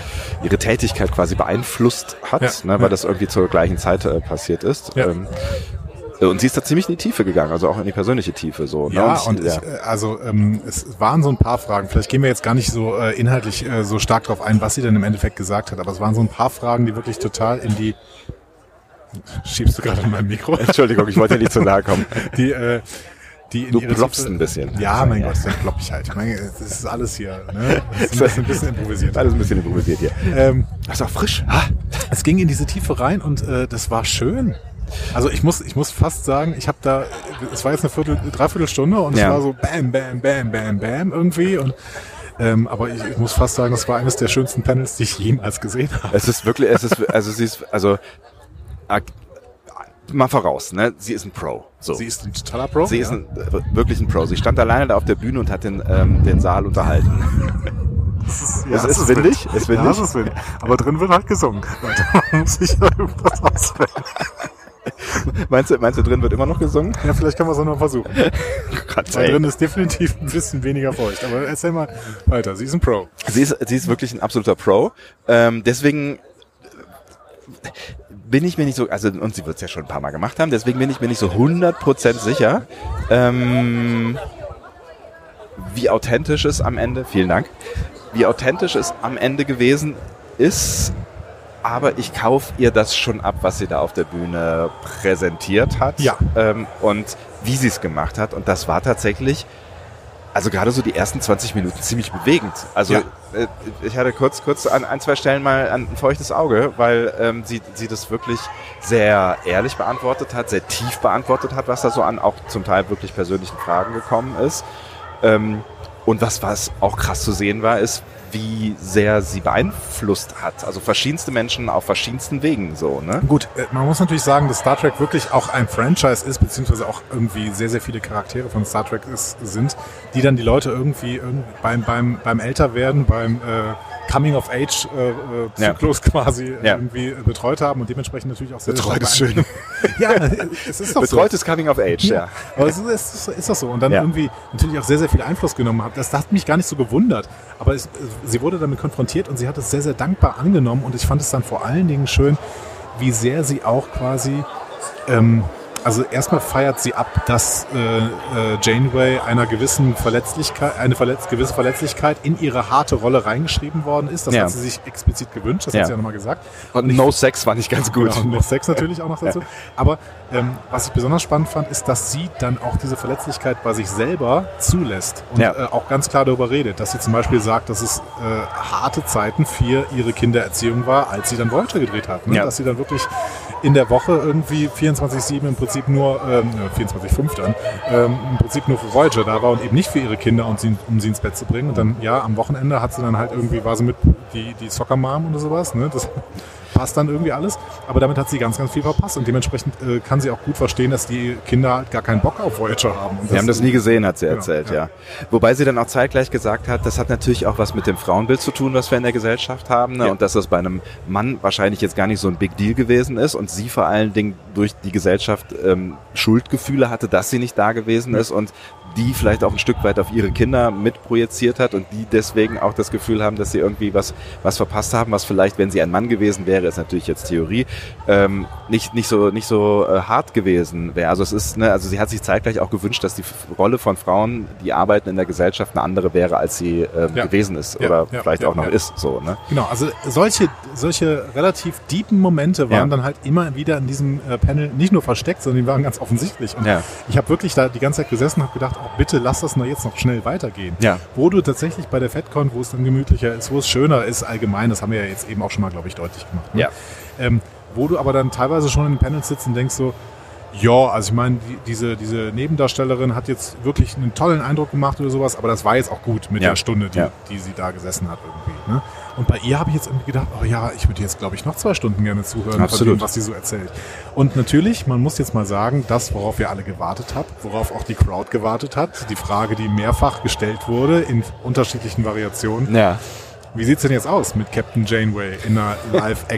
S2: ihre Tätigkeit quasi beeinflusst hat,
S1: Ja,
S2: ne, weil
S1: ja.
S2: das irgendwie zur gleichen Zeit äh, passiert ist.
S1: Ja.
S2: Ähm, und sie ist da ziemlich in die Tiefe gegangen, also auch in die persönliche Tiefe. So, ne?
S1: Ja,
S2: ich-
S1: und ich, äh, also ähm, es waren so ein paar Fragen. Vielleicht gehen wir jetzt gar nicht so äh, inhaltlich äh, so stark drauf ein, was sie denn im Endeffekt gesagt hat, aber es waren so ein paar Fragen, die wirklich total in die schiebst du gerade in mein Mikro,
S2: Entschuldigung, ich wollte dir nicht zu nahe kommen.
S1: die äh, die in
S2: Du
S1: ihre
S2: ploppst
S1: Tiefe-
S2: ein bisschen.
S1: Ja, mein
S2: Ja.
S1: Gott, dann plopp ich halt. Ich meine, es ist alles hier, ne? Es ist ein bisschen, ein bisschen improvisiert.
S2: Alles ein bisschen improvisiert hier.
S1: Ähm,
S2: Das ist auch frisch. Ah,
S1: es ging in diese Tiefe rein und äh, das war schön. Also ich muss, ich muss fast sagen, ich habe da, es war jetzt eine Viertel, Dreiviertelstunde und es
S2: Ja.
S1: war so bam, bam, bam, bam, bam irgendwie und ähm, aber ich, ich muss fast sagen, das war eines der schönsten Panels, die ich jemals gesehen habe.
S2: Es ist wirklich, es ist, also sie ist, also ak- mal voraus, ne? Sie ist ein Pro. So.
S1: Sie ist ein totaler Pro.
S2: Sie ist
S1: ja.
S2: ein, äh, wirklich ein Pro. Sie stand alleine da auf der Bühne und hat den, ähm, den Saal unterhalten.
S1: Ja,
S2: es ist windig,
S1: Es
S2: es ist windig.
S1: Ja, es ist windig. Aber drin wird halt gesungen. Und da muss ich
S2: halt
S1: irgendwas auswählen.
S2: Meinst du, meinst du, drin wird immer noch gesungen?
S1: Ja, vielleicht können wir es auch noch versuchen.
S2: Gott,
S1: Da
S2: ey.
S1: drin ist definitiv ein bisschen weniger feucht. Aber erzähl mal weiter. Sie ist ein Pro.
S2: Sie ist, sie ist wirklich ein absoluter Pro. Ähm, deswegen bin ich mir nicht so, also und sie wird es ja schon ein paar Mal gemacht haben, deswegen bin ich mir nicht so 100% sicher, ähm, wie authentisch es am Ende, vielen Dank, wie authentisch es am Ende gewesen ist, aber ich kaufe ihr das schon ab, was sie da auf der Bühne präsentiert hat
S1: Ja.
S2: ähm, und wie sie es gemacht hat und das war tatsächlich also gerade so die ersten 20 Minuten ziemlich bewegend. Also
S1: Ja.
S2: äh, ich hatte kurz, kurz an ein, zwei Stellen mal ein feuchtes Auge, weil ähm, sie, sie das wirklich sehr ehrlich beantwortet hat, sehr tief beantwortet hat, was da so an auch zum Teil wirklich persönlichen Fragen gekommen ist. Ähm, und was, was auch krass zu sehen war, ist, wie sehr sie beeinflusst hat. Also verschiedenste Menschen auf verschiedensten Wegen so, ne?
S1: Gut, äh, man muss natürlich sagen, dass Star Trek wirklich auch ein Franchise ist, beziehungsweise auch irgendwie sehr, sehr viele Charaktere von Star Trek ist, sind, die dann die Leute irgendwie, irgendwie beim, beim, beim Älterwerden, beim äh,
S2: Ja.
S1: Coming-of-Age-Zyklus quasi äh,
S2: Ja.
S1: irgendwie äh, betreut haben und dementsprechend natürlich auch sehr
S2: Betreut ist
S1: sehr stark beeinflusst. ja, es ist doch so.
S2: Betreutes Coming of Age, ja.
S1: Aber es ist, es ist, ist das so. Und dann
S2: Ja.
S1: irgendwie natürlich auch sehr, sehr viel Einfluss genommen hat. Das hat mich gar nicht so gewundert. Aber es, sie wurde damit konfrontiert und sie hat es sehr, sehr dankbar angenommen. Und ich fand es dann vor allen Dingen schön, wie sehr sie auch quasi ähm, also erstmal feiert sie ab, dass äh, äh, Janeway einer gewissen Verletzlichkeit, eine verletz, gewisse Verletzlichkeit in ihre harte Rolle reingeschrieben worden ist. Das
S2: Ja.
S1: hat sie sich explizit gewünscht, das
S2: Ja.
S1: hat sie ja nochmal gesagt.
S2: Und No Sex fand ich ganz gut.
S1: Ja, und noch Sex natürlich auch noch dazu. Aber ähm, was ich besonders spannend fand, ist, dass sie dann auch diese Verletzlichkeit bei sich selber zulässt und
S2: Ja.
S1: äh, auch ganz klar darüber redet, dass sie zum Beispiel sagt, dass es äh, harte Zeiten für ihre Kindererziehung war, als sie dann Voyager gedreht hat. Ne?
S2: Ja.
S1: Dass sie dann wirklich in der Woche irgendwie 24-7 im Prinzip nur, ähm, äh, 24-5 dann, ähm, im Prinzip nur für Voyager da war und eben nicht für ihre Kinder, und sie, um sie ins Bett zu bringen. Und dann, ja, am Wochenende hat sie dann halt irgendwie, war sie mit die, die Soccer-Mom oder sowas. Ne? Das passt dann irgendwie alles. Aber damit hat sie ganz, ganz viel verpasst. Und dementsprechend äh, kann sie auch gut verstehen, dass die Kinder halt gar keinen Bock auf Voyager haben. Und
S2: Sie haben das nie gesehen, hat sie
S1: Ja,
S2: erzählt,
S1: ja.
S2: ja. Wobei sie dann auch zeitgleich gesagt hat, das hat natürlich auch was mit dem Frauenbild zu tun, was wir in der Gesellschaft haben. Ne?
S5: Ja.
S2: Und dass das bei einem Mann wahrscheinlich jetzt gar nicht so ein Big Deal gewesen ist und sie vor allen Dingen durch die Gesellschaft ähm, Schuldgefühle hatte, dass sie nicht da gewesen ist und die vielleicht auch ein Stück weit auf ihre Kinder mitprojiziert hat und die deswegen auch das Gefühl haben, dass sie irgendwie was, was verpasst haben, was vielleicht, wenn sie ein Mann gewesen wäre, ist natürlich jetzt Theorie, ähm, nicht, nicht so, nicht so äh, hart gewesen wäre. Also es ist, ne, also sie hat sich zeitgleich auch gewünscht, dass die F- Rolle von Frauen, die arbeiten in der Gesellschaft, eine andere wäre, als sie ähm,
S1: Ja.
S2: gewesen ist
S1: Ja,
S2: oder
S1: ja,
S2: vielleicht
S1: ja,
S2: auch noch
S1: ja.
S2: ist, so, ne?
S1: Genau, also solche, solche relativ deepen Momente waren
S2: Ja.
S1: dann halt immer wieder in diesem äh, Panel nicht nur versteckt, sondern die waren ganz offensichtlich. Und
S2: Ja.
S1: ich habe wirklich da die ganze Zeit gesessen und habe gedacht, oh, bitte lass das nur jetzt noch schnell weitergehen.
S2: Ja.
S1: Wo du tatsächlich bei der FedCon, wo es dann gemütlicher ist, wo es schöner ist allgemein, das haben wir ja jetzt eben auch schon mal, glaube ich, deutlich gemacht. ne?
S2: Ja.
S1: Ähm, wo du aber dann teilweise schon in den Panels sitzt und denkst so, ja, also ich meine, die, diese, diese Nebendarstellerin hat jetzt wirklich einen tollen Eindruck gemacht oder sowas, aber das war jetzt auch gut mit
S2: Ja.
S1: der Stunde, die,
S2: Ja.
S1: die sie da gesessen hat irgendwie. Ne? Und bei ihr habe ich jetzt irgendwie gedacht, oh ja, ich würde jetzt, glaube ich, noch zwei Stunden gerne zuhören, Von
S2: Absolut.
S1: dem, was sie so erzählt. Und natürlich, man muss jetzt mal sagen, das, worauf wir alle gewartet haben, worauf auch die Crowd gewartet hat, die Frage, die mehrfach gestellt wurde in unterschiedlichen Variationen,
S2: Ja.
S1: wie sieht's denn jetzt aus mit Captain Janeway in einer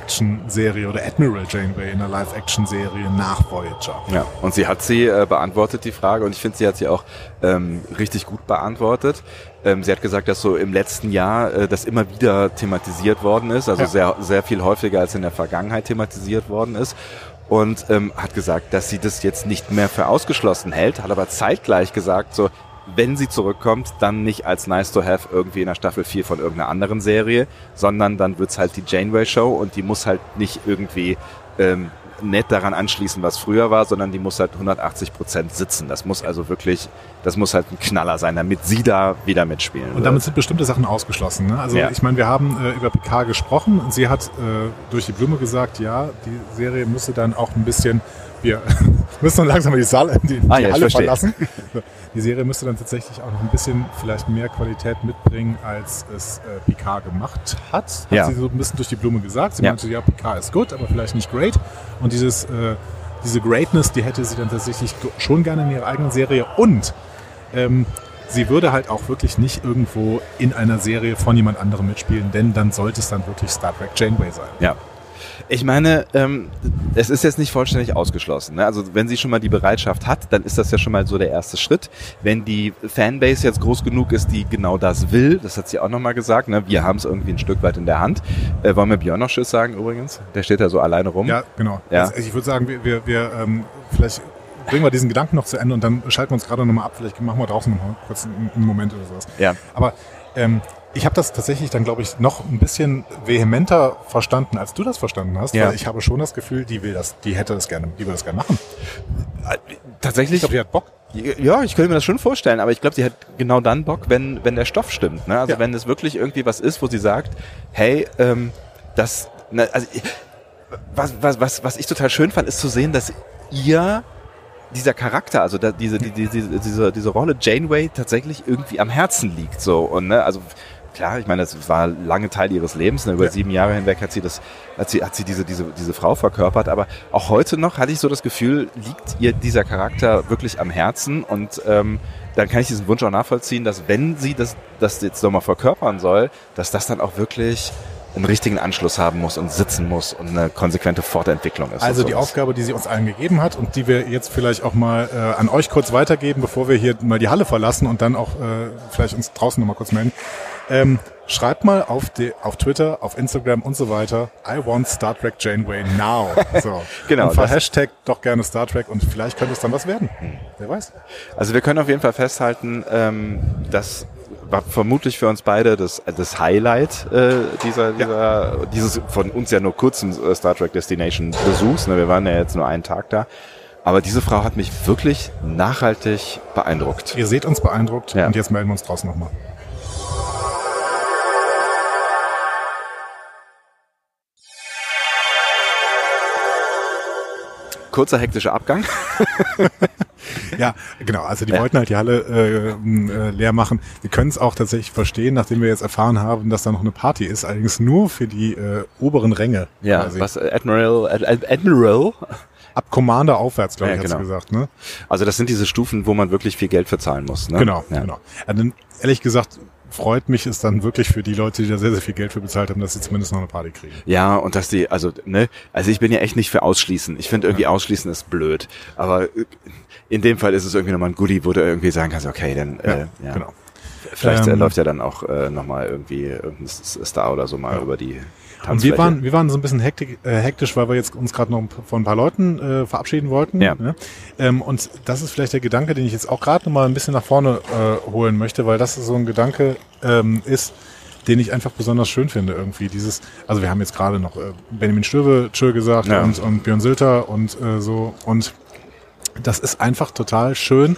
S1: Live-Action-Serie oder Admiral Janeway in einer Live-Action-Serie nach Voyager?
S2: Ja, und sie hat sie äh, beantwortet, die Frage, und ich finde, sie hat sie auch ähm, richtig gut beantwortet. Ähm, sie hat gesagt, dass so im letzten Jahr äh, das immer wieder thematisiert worden ist, also
S1: Ja.
S2: sehr, sehr viel häufiger als in der Vergangenheit thematisiert worden ist. Und ähm, hat gesagt, dass sie das jetzt nicht mehr für ausgeschlossen hält, hat aber zeitgleich gesagt, so, wenn sie zurückkommt, dann nicht als nice to have irgendwie in der Staffel 4 von irgendeiner anderen Serie, sondern dann wird's halt die Janeway Show und die muss halt nicht irgendwie ähm, nett daran anschließen, was früher war, sondern die muss halt 180 Prozent sitzen. Das muss also wirklich, das muss halt ein Knaller sein, damit sie da wieder mitspielen.
S1: Und damit sind bestimmte Sachen ausgeschlossen. Ne? Also
S2: Ja.
S1: ich meine, wir haben äh, über PK gesprochen und sie hat äh, durch die Blume gesagt, ja, die Serie müsse dann auch ein bisschen, wir müssen dann langsam die, Saal, die,
S2: Ah,
S1: die
S2: ja, ich
S1: Halle
S2: verstehe.
S1: verlassen. So, Die Serie müsste dann tatsächlich auch noch ein bisschen vielleicht mehr Qualität mitbringen, als es äh, PK gemacht hat. Hat
S2: Ja.
S1: sie so ein bisschen durch die Blume gesagt. Sie
S2: Ja.
S1: meinte, ja, PK ist gut, aber vielleicht nicht great. Und dieses, äh, diese Greatness, die hätte sie dann tatsächlich schon gerne in ihrer eigenen Serie. Und ähm, sie würde halt auch wirklich nicht irgendwo in einer Serie von jemand anderem mitspielen, denn dann sollte es dann wirklich Star Trek Janeway sein.
S2: Ja. Ich meine, ähm, es ist jetzt nicht vollständig ausgeschlossen. Ne? Also wenn sie schon mal die Bereitschaft hat, dann ist das ja schon mal so der erste Schritt. Wenn die Fanbase jetzt groß genug ist, die genau das will, das hat sie auch nochmal gesagt, ne? wir haben es irgendwie ein Stück weit in der Hand. Äh, wollen wir Björn noch Tschüss sagen übrigens? Der steht da so alleine rum.
S1: Ja, genau.
S2: Ja.
S1: Also ich würde sagen, wir, wir, wir ähm, vielleicht bringen wir diesen Gedanken noch zu Ende und dann schalten wir uns gerade nochmal ab. Vielleicht machen wir draußen noch mal kurz einen, einen Moment oder sowas.
S2: Ja.
S1: Aber ähm, ich habe das tatsächlich dann, glaube ich, noch ein bisschen vehementer verstanden, als du das verstanden hast.
S2: Ja.
S1: Weil ich habe schon das Gefühl, die will das, die hätte das gerne, die würde das gerne machen. Ich
S2: Tatsächlich
S1: glaube, die hat Bock.
S2: Ja, ich könnte mir das schon vorstellen, aber ich glaube, sie hat genau dann Bock, wenn, wenn der Stoff stimmt. Ne? Also
S1: Ja.
S2: wenn es wirklich irgendwie was ist, wo sie sagt, hey, ähm, das, ne, also, was, was, was, was ich total schön fand, ist zu sehen, dass ihr dieser Charakter, also da, diese, die, die, diese, diese, diese Rolle Janeway tatsächlich irgendwie am Herzen liegt. So. Und ne, also klar, ich meine, das war lange Teil ihres Lebens. Ne? Über
S1: Ja.
S2: sieben Jahre hinweg hat sie das, hat sie, hat sie diese, diese, diese Frau verkörpert. Aber auch heute noch hatte ich so das Gefühl, liegt ihr dieser Charakter wirklich am Herzen und ähm, dann kann ich diesen Wunsch auch nachvollziehen, dass wenn sie das, das jetzt nochmal verkörpern soll, dass das dann auch wirklich einen richtigen Anschluss haben muss und sitzen muss und eine konsequente Fortentwicklung ist.
S1: Also
S2: und
S1: die
S2: sowas.
S1: Aufgabe, die sie uns allen gegeben hat und die wir jetzt vielleicht auch mal äh, an euch kurz weitergeben, bevor wir hier mal die Halle verlassen und dann auch äh, vielleicht uns draußen nochmal kurz melden, ähm, Schreibt mal auf, die, auf Twitter, auf Instagram und so weiter, I want Star Trek Janeway now. So.
S2: Genau,
S1: Und ver
S2: das- Hm.
S1: Hashtag doch gerne Star Trek und vielleicht könnte es dann was werden. Wer weiß.
S2: Also wir können auf jeden Fall festhalten, ähm, dass war vermutlich für uns beide das, äh, das Highlight äh, dieser, dieser dieses von uns ja nur kurzen äh, Star Trek Destination Besuchs. Ne? Wir waren ja jetzt nur einen Tag da. Aber diese Frau hat mich wirklich nachhaltig beeindruckt.
S1: Ihr seht uns beeindruckt
S2: Ja.
S1: und jetzt melden wir uns draußen nochmal.
S2: Kurzer hektischer Abgang.
S1: Ja, genau. Also die wollten halt die Halle äh, m, äh, leer machen. Wir können es auch tatsächlich verstehen, nachdem wir jetzt erfahren haben, dass da noch eine Party ist, allerdings nur für die äh, oberen Ränge.
S2: Ja,
S1: quasi.
S2: was äh, Admiral Ad, Ad- Admiral.
S1: Ab Commander aufwärts, glaube
S2: Ja,
S1: ich,
S2: genau.
S1: hast du gesagt. Ne?
S2: Also das sind diese Stufen, wo man wirklich viel Geld bezahlen muss. Ne?
S1: Genau,
S2: Ja.
S1: genau. Also, ehrlich gesagt freut mich es dann wirklich für die Leute, die da sehr, sehr viel Geld für bezahlt haben, dass sie zumindest noch eine Party kriegen.
S2: Ja, und dass die, also, ne, also ich bin ja echt nicht für ausschließen. Ich finde irgendwie ausschließen ist blöd. Aber äh, in dem Fall ist es irgendwie nochmal ein Goodie, wo du irgendwie sagen kannst, okay, dann, äh, ja,
S1: Genau.
S2: vielleicht äh,
S1: Ähm,
S2: läuft ja dann auch äh, nochmal irgendwie irgendein S- Star oder so mal über die
S1: Und
S2: Tanzfläche.
S1: wir waren, wir waren so ein bisschen hektik, äh, hektisch, weil wir jetzt uns gerade noch von ein paar Leuten äh, verabschieden wollten.
S2: Ja.
S1: Ne? Ähm, und das ist vielleicht der Gedanke, den ich jetzt auch gerade noch mal ein bisschen nach vorne äh, holen möchte, weil das so ein Gedanke ähm, ist, den ich einfach besonders schön finde irgendwie. Dieses, also wir haben jetzt gerade noch äh, Benjamin Stöwe Tschö gesagt
S2: Ja.
S1: und, und Björn Sülter und äh, so. Und das ist einfach total schön,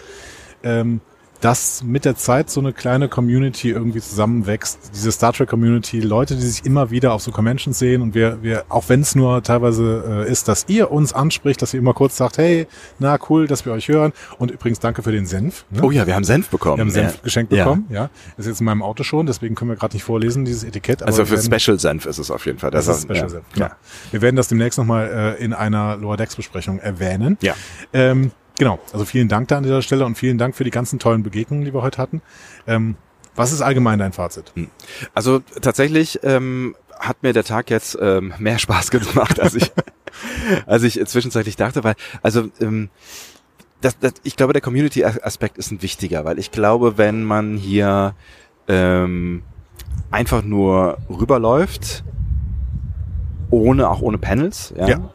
S1: ähm, dass mit der Zeit so eine kleine Community irgendwie zusammenwächst. Diese Star Trek Community, Leute, die sich immer wieder auf so Conventions sehen und wir, wir auch wenn es nur teilweise äh, ist, dass ihr uns anspricht, dass ihr immer kurz sagt, hey, na cool, dass wir euch hören und übrigens danke für den Senf. Ne?
S2: Oh ja, wir haben Senf bekommen.
S1: Wir haben Senf
S2: ja.
S1: geschenkt bekommen, ja. Ist jetzt in meinem Auto schon, deswegen können wir gerade nicht vorlesen, dieses Etikett.
S2: Ja.
S1: aber
S2: Also
S1: wir
S2: für
S1: werden-
S2: Special Senf ist es auf jeden Fall.
S1: das ist
S2: ja.
S1: Special Senf, genau.
S2: Ja.
S1: Wir werden das demnächst nochmal äh, in einer Lower Decks Besprechung erwähnen.
S2: ja.
S1: Ähm, genau, also vielen Dank da an dieser Stelle und vielen Dank für die ganzen tollen Begegnungen, die wir heute hatten. Ähm, was ist allgemein dein Fazit?
S2: Also tatsächlich ähm, hat mir der Tag jetzt ähm, mehr Spaß gemacht, als ich, als ich zwischenzeitlich dachte, weil also ähm, das, das, ich glaube, der Community-Aspekt ist ein wichtiger, weil ich glaube, wenn man hier ähm, einfach nur rüberläuft, ohne auch ohne Panels, ja,
S1: Ja.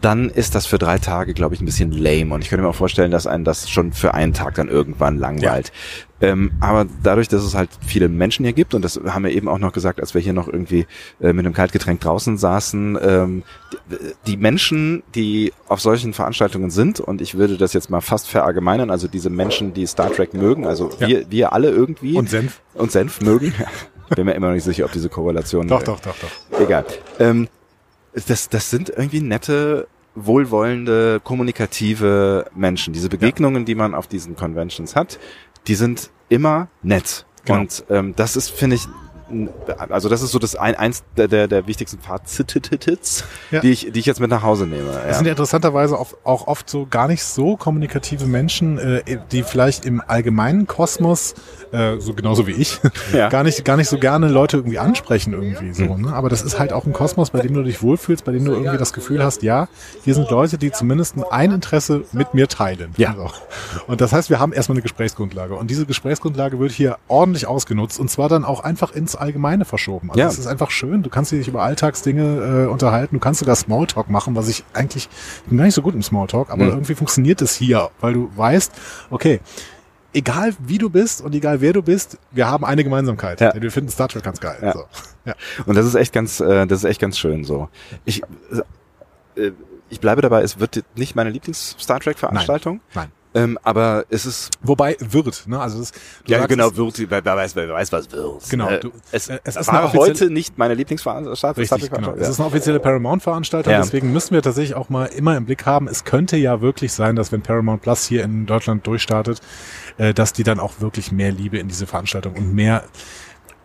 S2: dann ist das für drei Tage, glaube ich, ein bisschen lame. Und ich könnte mir auch vorstellen, dass einen das schon für einen Tag dann irgendwann langweilt. Ähm, aber dadurch, dass es halt viele Menschen hier gibt, und das haben wir eben auch noch gesagt, als wir hier noch irgendwie äh, mit einem Kaltgetränk draußen saßen, ähm, die, die Menschen, die auf solchen Veranstaltungen sind, und ich würde das jetzt mal fast verallgemeinern, also diese Menschen, die Star Trek mögen, also
S1: Ja.
S2: wir, wir alle irgendwie
S1: Und Senf?
S2: und Senf mögen. Ich bin mir immer noch nicht sicher, ob diese Korrelation.
S1: Doch,
S2: äh,
S1: doch, doch, doch.
S2: Egal. Ähm, das, das sind irgendwie nette, wohlwollende, kommunikative Menschen. Diese Begegnungen, die man auf diesen Conventions hat, die sind immer nett.
S1: Genau.
S2: Und ähm, das ist, finde ich, n- also das ist so das ein, eins der, der, der wichtigsten Fazitits,
S1: Ja.
S2: die, ich, die ich jetzt mit nach Hause nehme.
S1: Das
S2: ja.
S1: sind ja interessanterweise auch, auch oft so gar nicht so kommunikative Menschen, äh, die vielleicht im allgemeinen Kosmos, äh, so genauso wie ich,
S2: Ja.
S1: gar, nicht, gar nicht so gerne Leute irgendwie ansprechen irgendwie so. Ne? Aber das ist halt auch ein Kosmos, bei dem du dich wohlfühlst, bei dem du irgendwie das Gefühl hast, ja, hier sind Leute, die zumindest ein Interesse mit mir teilen.
S2: Ja.
S1: So. Und das heißt, wir haben erstmal eine Gesprächsgrundlage. Und diese Gesprächsgrundlage wird hier ordentlich ausgenutzt und zwar dann auch einfach ins Allgemeine verschoben. Also
S2: Ja.
S1: es ist einfach schön. Du kannst dich über Alltagsdinge äh, unterhalten. Du kannst sogar Smalltalk machen, was ich eigentlich ich bin gar nicht so gut im Smalltalk, aber
S2: Mhm.
S1: irgendwie funktioniert es hier, weil du weißt, okay, egal wie du bist und egal wer du bist, wir haben eine Gemeinsamkeit.
S2: Ja.
S1: Denn wir finden Star Trek ganz geil.
S2: Ja.
S1: So. Ja.
S2: Und das ist echt ganz, äh, das ist echt ganz schön so. Ich, äh, ich bleibe dabei, es wird nicht meine Lieblings-Star Trek-Veranstaltung.
S1: Nein.
S2: Ähm, aber es ist
S1: Wobei wird, ne? Also das, du
S2: ja,
S1: sagst
S2: genau,
S1: es-
S2: wird, wer, wer, weiß, wer weiß, was wird.
S1: Genau,
S2: Äh,
S1: du-
S2: es,
S1: äh, es
S2: es
S1: ist eine
S2: war
S1: offizielle-
S2: heute nicht meine Lieblingsveranstaltung.
S1: Richtig, genau. Es ist
S2: Ja.
S1: eine offizielle Paramount-Veranstaltung,
S2: Ja.
S1: deswegen müssen wir tatsächlich auch mal immer im Blick haben, es könnte ja wirklich sein, dass wenn Paramount Plus hier in Deutschland durchstartet, äh, dass die dann auch wirklich mehr Liebe in diese Veranstaltung und mehr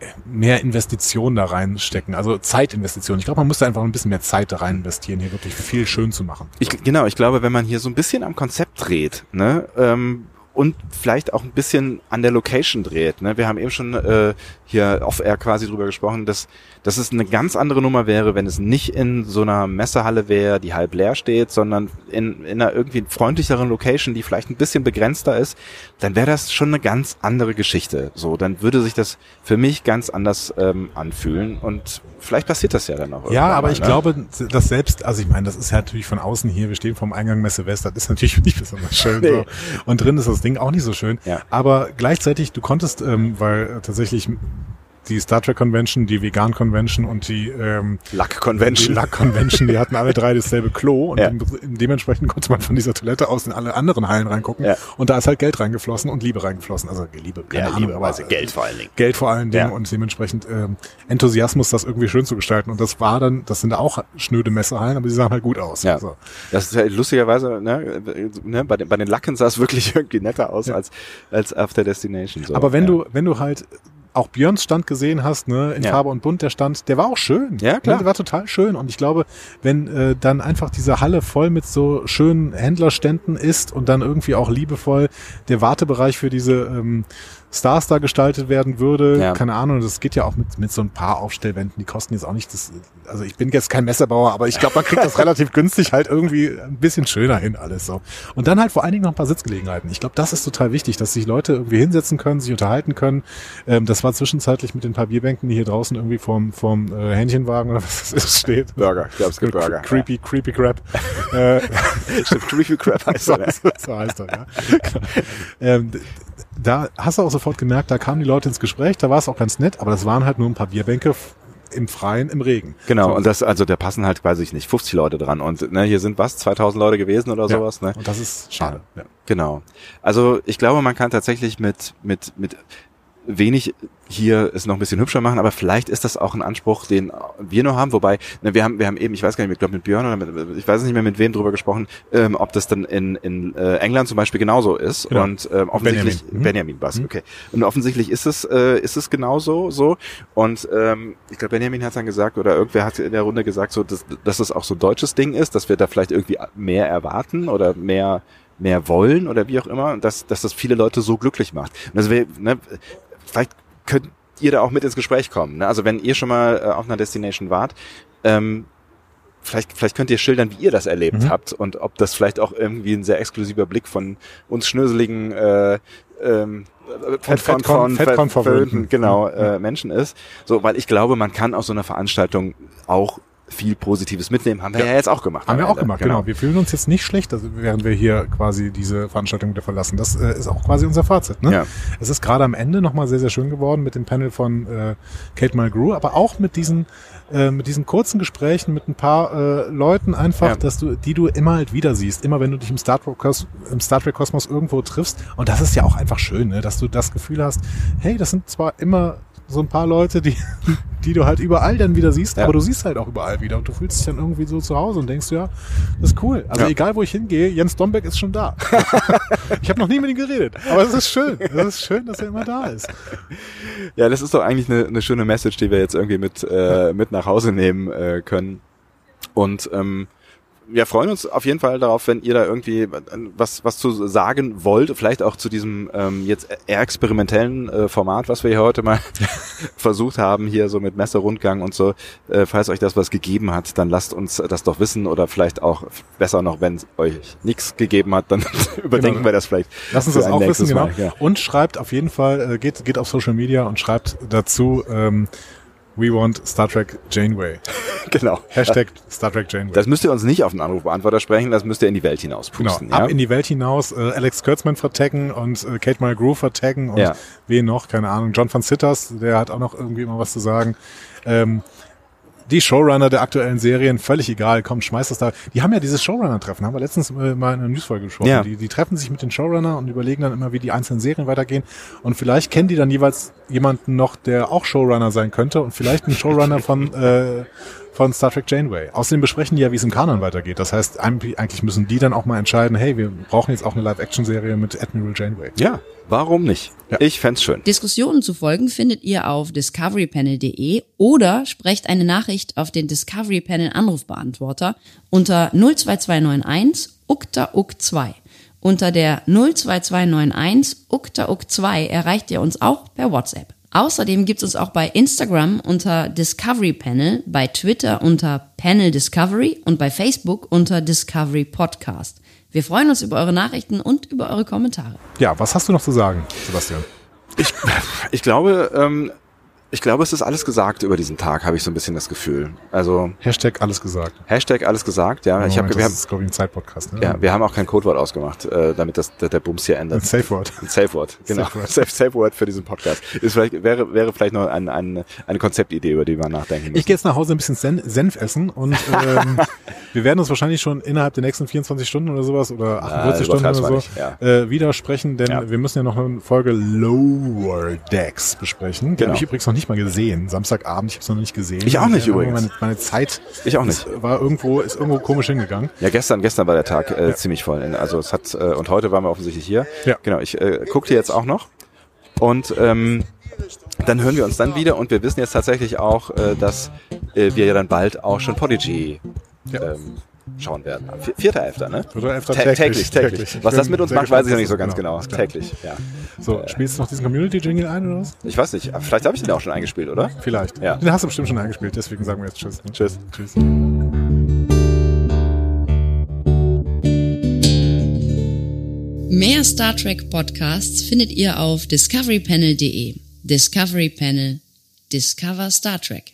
S1: äh, mehr Investitionen da reinstecken, also Zeitinvestitionen. Ich glaube, man muss da einfach ein bisschen mehr Zeit da rein investieren, hier wirklich viel schön zu machen.
S2: Ich, genau, ich glaube, wenn man hier so ein bisschen am Konzept dreht, ne, ähm, und vielleicht auch ein bisschen an der Location dreht. Ne? Wir haben eben schon äh, hier off-air quasi drüber gesprochen, dass, dass es eine ganz andere Nummer wäre, wenn es nicht in so einer Messehalle wäre, die halb leer steht, sondern in, in einer irgendwie freundlicheren Location, die vielleicht ein bisschen begrenzter ist, dann wäre das schon eine ganz andere Geschichte. So, dann würde sich das für mich ganz anders ähm, anfühlen und vielleicht passiert das ja dann auch.
S1: Ja,
S2: irgendwann
S1: aber
S2: mal,
S1: ich
S2: ne?
S1: glaube, das selbst, also ich meine, das ist ja natürlich von außen hier, wir stehen vom Eingang Messe West, das ist natürlich nicht besonders schön. so.
S2: Nee.
S1: Und drin ist das Ding auch nicht so schön.
S2: Ja.
S1: Aber gleichzeitig, du konntest, ähm, weil tatsächlich die Star Trek Convention, die Vegan Convention und die ähm,
S2: Luck Convention.
S1: Die Lack Convention, die hatten alle drei dasselbe Klo und
S2: Ja.
S1: dem- dementsprechend konnte man von dieser Toilette aus in alle anderen Hallen reingucken.
S2: Ja.
S1: Und da ist halt Geld reingeflossen und Liebe reingeflossen. Also Liebe, keine
S2: Ja,
S1: Ahnung,
S2: Liebe,
S1: aber-
S2: also Geld vor allen Dingen.
S1: Geld vor allen Dingen
S2: Ja.
S1: und dementsprechend ähm, Enthusiasmus, das irgendwie schön zu gestalten. Und das war dann, das sind auch schnöde Messehallen, aber die sahen halt gut aus.
S2: Ja.
S1: So.
S2: Das ist ja lustigerweise, ne, ne, bei, den, bei den Lacken sah es wirklich irgendwie netter aus als, als After Destination. So.
S1: Aber wenn
S2: ja.
S1: du, wenn du halt auch Björns Stand gesehen hast, ne, in
S2: Ja.
S1: Farbe und Bunt, der Stand, der war auch schön. Ne,
S2: Ja, klar.
S1: Der war total schön. Und ich glaube, wenn äh, dann einfach diese Halle voll mit so schönen Händlerständen ist und dann irgendwie auch liebevoll der Wartebereich für diese ähm, Stars da gestaltet werden würde,
S2: Ja.
S1: keine Ahnung, das geht ja auch mit, mit so ein paar Aufstellwänden, die kosten jetzt auch nicht das, also ich bin jetzt kein Messerbauer, aber ich glaube, man kriegt das relativ günstig halt irgendwie ein bisschen schöner hin alles so. Und dann halt vor allen Dingen noch ein paar Sitzgelegenheiten. Ich glaube, das ist total wichtig, dass sich Leute irgendwie hinsetzen können, sich unterhalten können. Ähm, das war zwischenzeitlich mit den paar Bierbänken, die hier draußen irgendwie vorm, vorm äh, Hähnchenwagen oder was das ist, steht.
S2: Burger, ich glaube, es gibt Burger.
S1: Creepy, creepy crap. äh,
S2: Ja. Stimmt, Creepy Crap heißt
S1: so,
S2: er. ne?
S1: heißt, so heißt er, ja. Genau. ähm, d- da hast du auch sofort gemerkt, da kamen die Leute ins Gespräch, da war es auch ganz nett, aber das waren halt nur ein paar Bierbänke f- im Freien, im Regen.
S2: Genau, und das, also da passen halt, weiß ich nicht, 50 Leute dran und ne, hier sind was, 2000 Leute gewesen oder
S1: Ja.
S2: sowas, ne?
S1: Und das ist schade. Ja.
S2: Genau. Also ich glaube, man kann tatsächlich mit, mit, mit wenig hier es noch ein bisschen hübscher machen, aber vielleicht ist das auch ein Anspruch, den wir nur haben, wobei, ne, wir haben, wir haben eben, ich weiß gar nicht, ich glaube mit Björn oder mit, ich weiß nicht mehr mit wem drüber gesprochen, ähm, ob das dann in, in äh, England zum Beispiel genauso ist.
S1: Genau.
S2: Und ähm, offensichtlich
S1: Benjamin. Mhm.
S2: Benjamin, Bass, okay. Und offensichtlich ist es, äh, ist es genauso so. Und ähm, ich glaube, Benjamin hat dann gesagt, oder irgendwer hat in der Runde gesagt, so, dass, dass das auch so ein deutsches Ding ist, dass wir da vielleicht irgendwie mehr erwarten oder mehr mehr wollen oder wie auch immer, und dass, dass das viele Leute so glücklich macht. Und das wär, ne, vielleicht könnt ihr da auch mit ins Gespräch kommen. Ne? Also wenn ihr schon mal äh, auf einer Destination wart, ähm, vielleicht, vielleicht könnt ihr schildern, wie ihr das erlebt
S1: Mhm.
S2: habt und ob das vielleicht auch irgendwie ein sehr exklusiver Blick von uns schnöseligen äh, ähm,
S1: Fettkorn-
S2: Fettkorn-
S1: Fettkorn-
S2: ver-
S1: verwöhnten.
S2: genau, äh, Menschen ist. So, weil ich glaube, man kann aus so einer Veranstaltung auch viel Positives mitnehmen. Haben wir ja, jetzt auch gemacht.
S1: Haben wir
S2: am
S1: auch
S2: Ende.
S1: gemacht, genau. Wir fühlen uns jetzt nicht schlecht, also während wir hier quasi diese Veranstaltung wieder verlassen. Das äh, ist auch quasi unser Fazit. Ne?
S2: Ja.
S1: Es ist gerade am Ende nochmal sehr, sehr schön geworden mit dem Panel von äh, Kate Mulgrew, aber auch mit diesen, äh, mit diesen kurzen Gesprächen mit ein paar äh, Leuten einfach,
S2: Ja.
S1: dass du, die du immer halt wieder siehst. Immer wenn du dich im Star Trek, Kos- im Star Trek Kosmos irgendwo triffst. Und das ist ja auch einfach schön, ne? dass du das Gefühl hast, hey, das sind zwar immer so ein paar Leute, die, die du halt überall dann wieder siehst,
S2: Ja.
S1: aber du siehst halt auch überall wieder und du fühlst dich dann irgendwie so zu Hause und denkst, ja, das ist cool. Also
S2: Ja.
S1: egal, wo ich hingehe, Jens Dombeck ist schon da. ich habe noch nie mit ihm geredet, aber es ist schön. Es ist schön, dass er immer da ist.
S2: Ja, das ist doch eigentlich eine, eine schöne Message, die wir jetzt irgendwie mit, äh, mit nach Hause nehmen äh, können. Und ähm, wir freuen uns auf jeden Fall darauf, wenn ihr da irgendwie was, was zu sagen wollt, vielleicht auch zu diesem ähm, jetzt eher experimentellen äh, Format, was wir hier heute mal versucht haben, hier so mit Messerundgang und so. Äh, falls euch das was gegeben hat, dann lasst uns das doch wissen oder vielleicht auch besser noch, wenn euch nichts gegeben hat, dann überdenken
S1: Genau.
S2: wir das vielleicht.
S1: Lass uns
S2: für
S1: das
S2: ein
S1: auch
S2: nächstes
S1: wissen, genau.
S2: Mal, ja.
S1: Und schreibt auf jeden Fall, äh, geht, geht auf Social Media und schreibt dazu, ähm, we want Star Trek Janeway.
S2: genau.
S1: Hashtag Star Trek Janeway.
S2: Das müsst ihr uns nicht auf den Anrufbeantworter sprechen, das müsst ihr in die Welt
S1: Genau,
S2: hinauspusten.
S1: ab
S2: ja?
S1: in die Welt hinaus, äh, Alex Kurtzman vertaggen und äh, Kate Mulgrew vertaggen und
S2: Ja.
S1: wen noch, keine Ahnung, John van Sitters, der hat auch noch irgendwie immer was zu sagen. Ähm, die Showrunner der aktuellen Serien, völlig egal, komm, schmeiß das da. Die haben ja dieses Showrunner-Treffen, haben wir letztens äh, mal in einer Newsfolge gesprochen.
S2: Ja.
S1: Die, die treffen sich mit den Showrunner und überlegen dann immer, wie die einzelnen Serien weitergehen. Und vielleicht kennen die dann jeweils jemanden noch, der auch Showrunner sein könnte und vielleicht einen Showrunner von, äh, von Star Trek Janeway. Außerdem besprechen die ja, wie es im Kanon weitergeht. Das heißt, eigentlich eigentlich müssen die dann auch mal entscheiden, hey, wir brauchen jetzt auch eine Live-Action-Serie mit Admiral Janeway.
S2: ja, warum nicht? Ich fänd's schön.
S4: Diskussionen zu folgen findet ihr auf discoverypanel.de oder sprecht eine Nachricht auf den Discovery Panel Anrufbeantworter unter 02291 ukta uk 2 Unter der 02291 uktauk2 erreicht ihr uns auch per WhatsApp. Außerdem gibt's uns auch bei Instagram unter Discovery Panel, bei Twitter unter Panel Discovery und bei Facebook unter Discovery Podcast. Wir freuen uns über eure Nachrichten und über eure Kommentare.
S1: Ja, was hast du noch zu sagen, Sebastian?
S2: Ich, ich glaube, ähm, ich glaube, es ist alles gesagt über diesen Tag, habe ich so ein bisschen das Gefühl. Also
S1: Hashtag alles gesagt.
S2: Hashtag alles gesagt, ja. ich hab,
S1: Moment, das
S2: wir, haben,
S1: ist, glaube ich, ein Zeitpodcast. Ne?
S2: ja wir haben auch kein Codewort ausgemacht, äh, damit das, der der Bums hier
S1: Ein
S2: endet.
S1: Safe Word.
S2: Ein Safe Word, genau.
S1: Safe
S2: Safe
S1: Word.
S2: Word, Safe Word für diesen Podcast. Ist vielleicht, wäre, wäre vielleicht noch ein, ein, eine Konzeptidee, über die wir nachdenken
S1: Ich
S2: müssen.
S1: gehe jetzt nach Hause ein bisschen Sen Senf essen und ähm, wir werden uns wahrscheinlich schon innerhalb der nächsten 24 Stunden oder sowas oder 48 Stunden oder
S2: übertreib's
S1: so
S2: mal nicht,
S1: äh, wieder sprechen, denn
S2: Ja.
S1: wir müssen ja noch eine Folge Lower Decks besprechen. Die
S2: Genau.
S1: habe ich übrigens noch nicht mal gesehen. Samstagabend, ich habe es noch nicht gesehen.
S2: Ich auch nicht
S1: Irgendwie
S2: übrigens.
S1: Meine, meine Zeit
S2: Ich auch
S1: ist- war irgendwo, ist irgendwo komisch hingegangen.
S2: Ja, gestern, gestern war der Tag äh, ziemlich voll. Also es hat äh, und heute waren wir offensichtlich hier.
S1: Ja.
S2: Genau, ich äh, guckte jetzt auch noch und ähm, dann hören wir uns dann wieder und wir wissen jetzt tatsächlich auch, äh, dass äh, wir ja dann bald auch schon Podigy
S1: Ja.
S2: ähm, schauen werden. Am vier- Vierter Elfter, ne?
S1: Vierter Elfter,
S2: Tä-
S1: täglich,
S2: täglich, täglich,
S1: täglich.
S2: Was
S1: Ich
S2: das
S1: bin
S2: mit uns
S1: sehr
S2: macht, weiß
S1: gespannt,
S2: ich noch nicht so
S1: was das
S2: ganz
S1: ist. Genau,
S2: genau.
S1: ist klar.
S2: Täglich, ja.
S1: So,
S2: Äh.
S1: spielst du noch diesen Community-Jingle ein oder was?
S2: Ich weiß nicht, vielleicht habe ich den auch schon eingespielt, oder?
S1: Vielleicht.
S2: Ja.
S1: Den hast du bestimmt schon eingespielt, deswegen sagen wir jetzt Tschüss. ne?
S2: Tschüss.
S1: Tschüss.
S4: Mehr Star Trek Podcasts findet ihr auf discoverypanel.de. Discovery Panel. Discover Star Trek.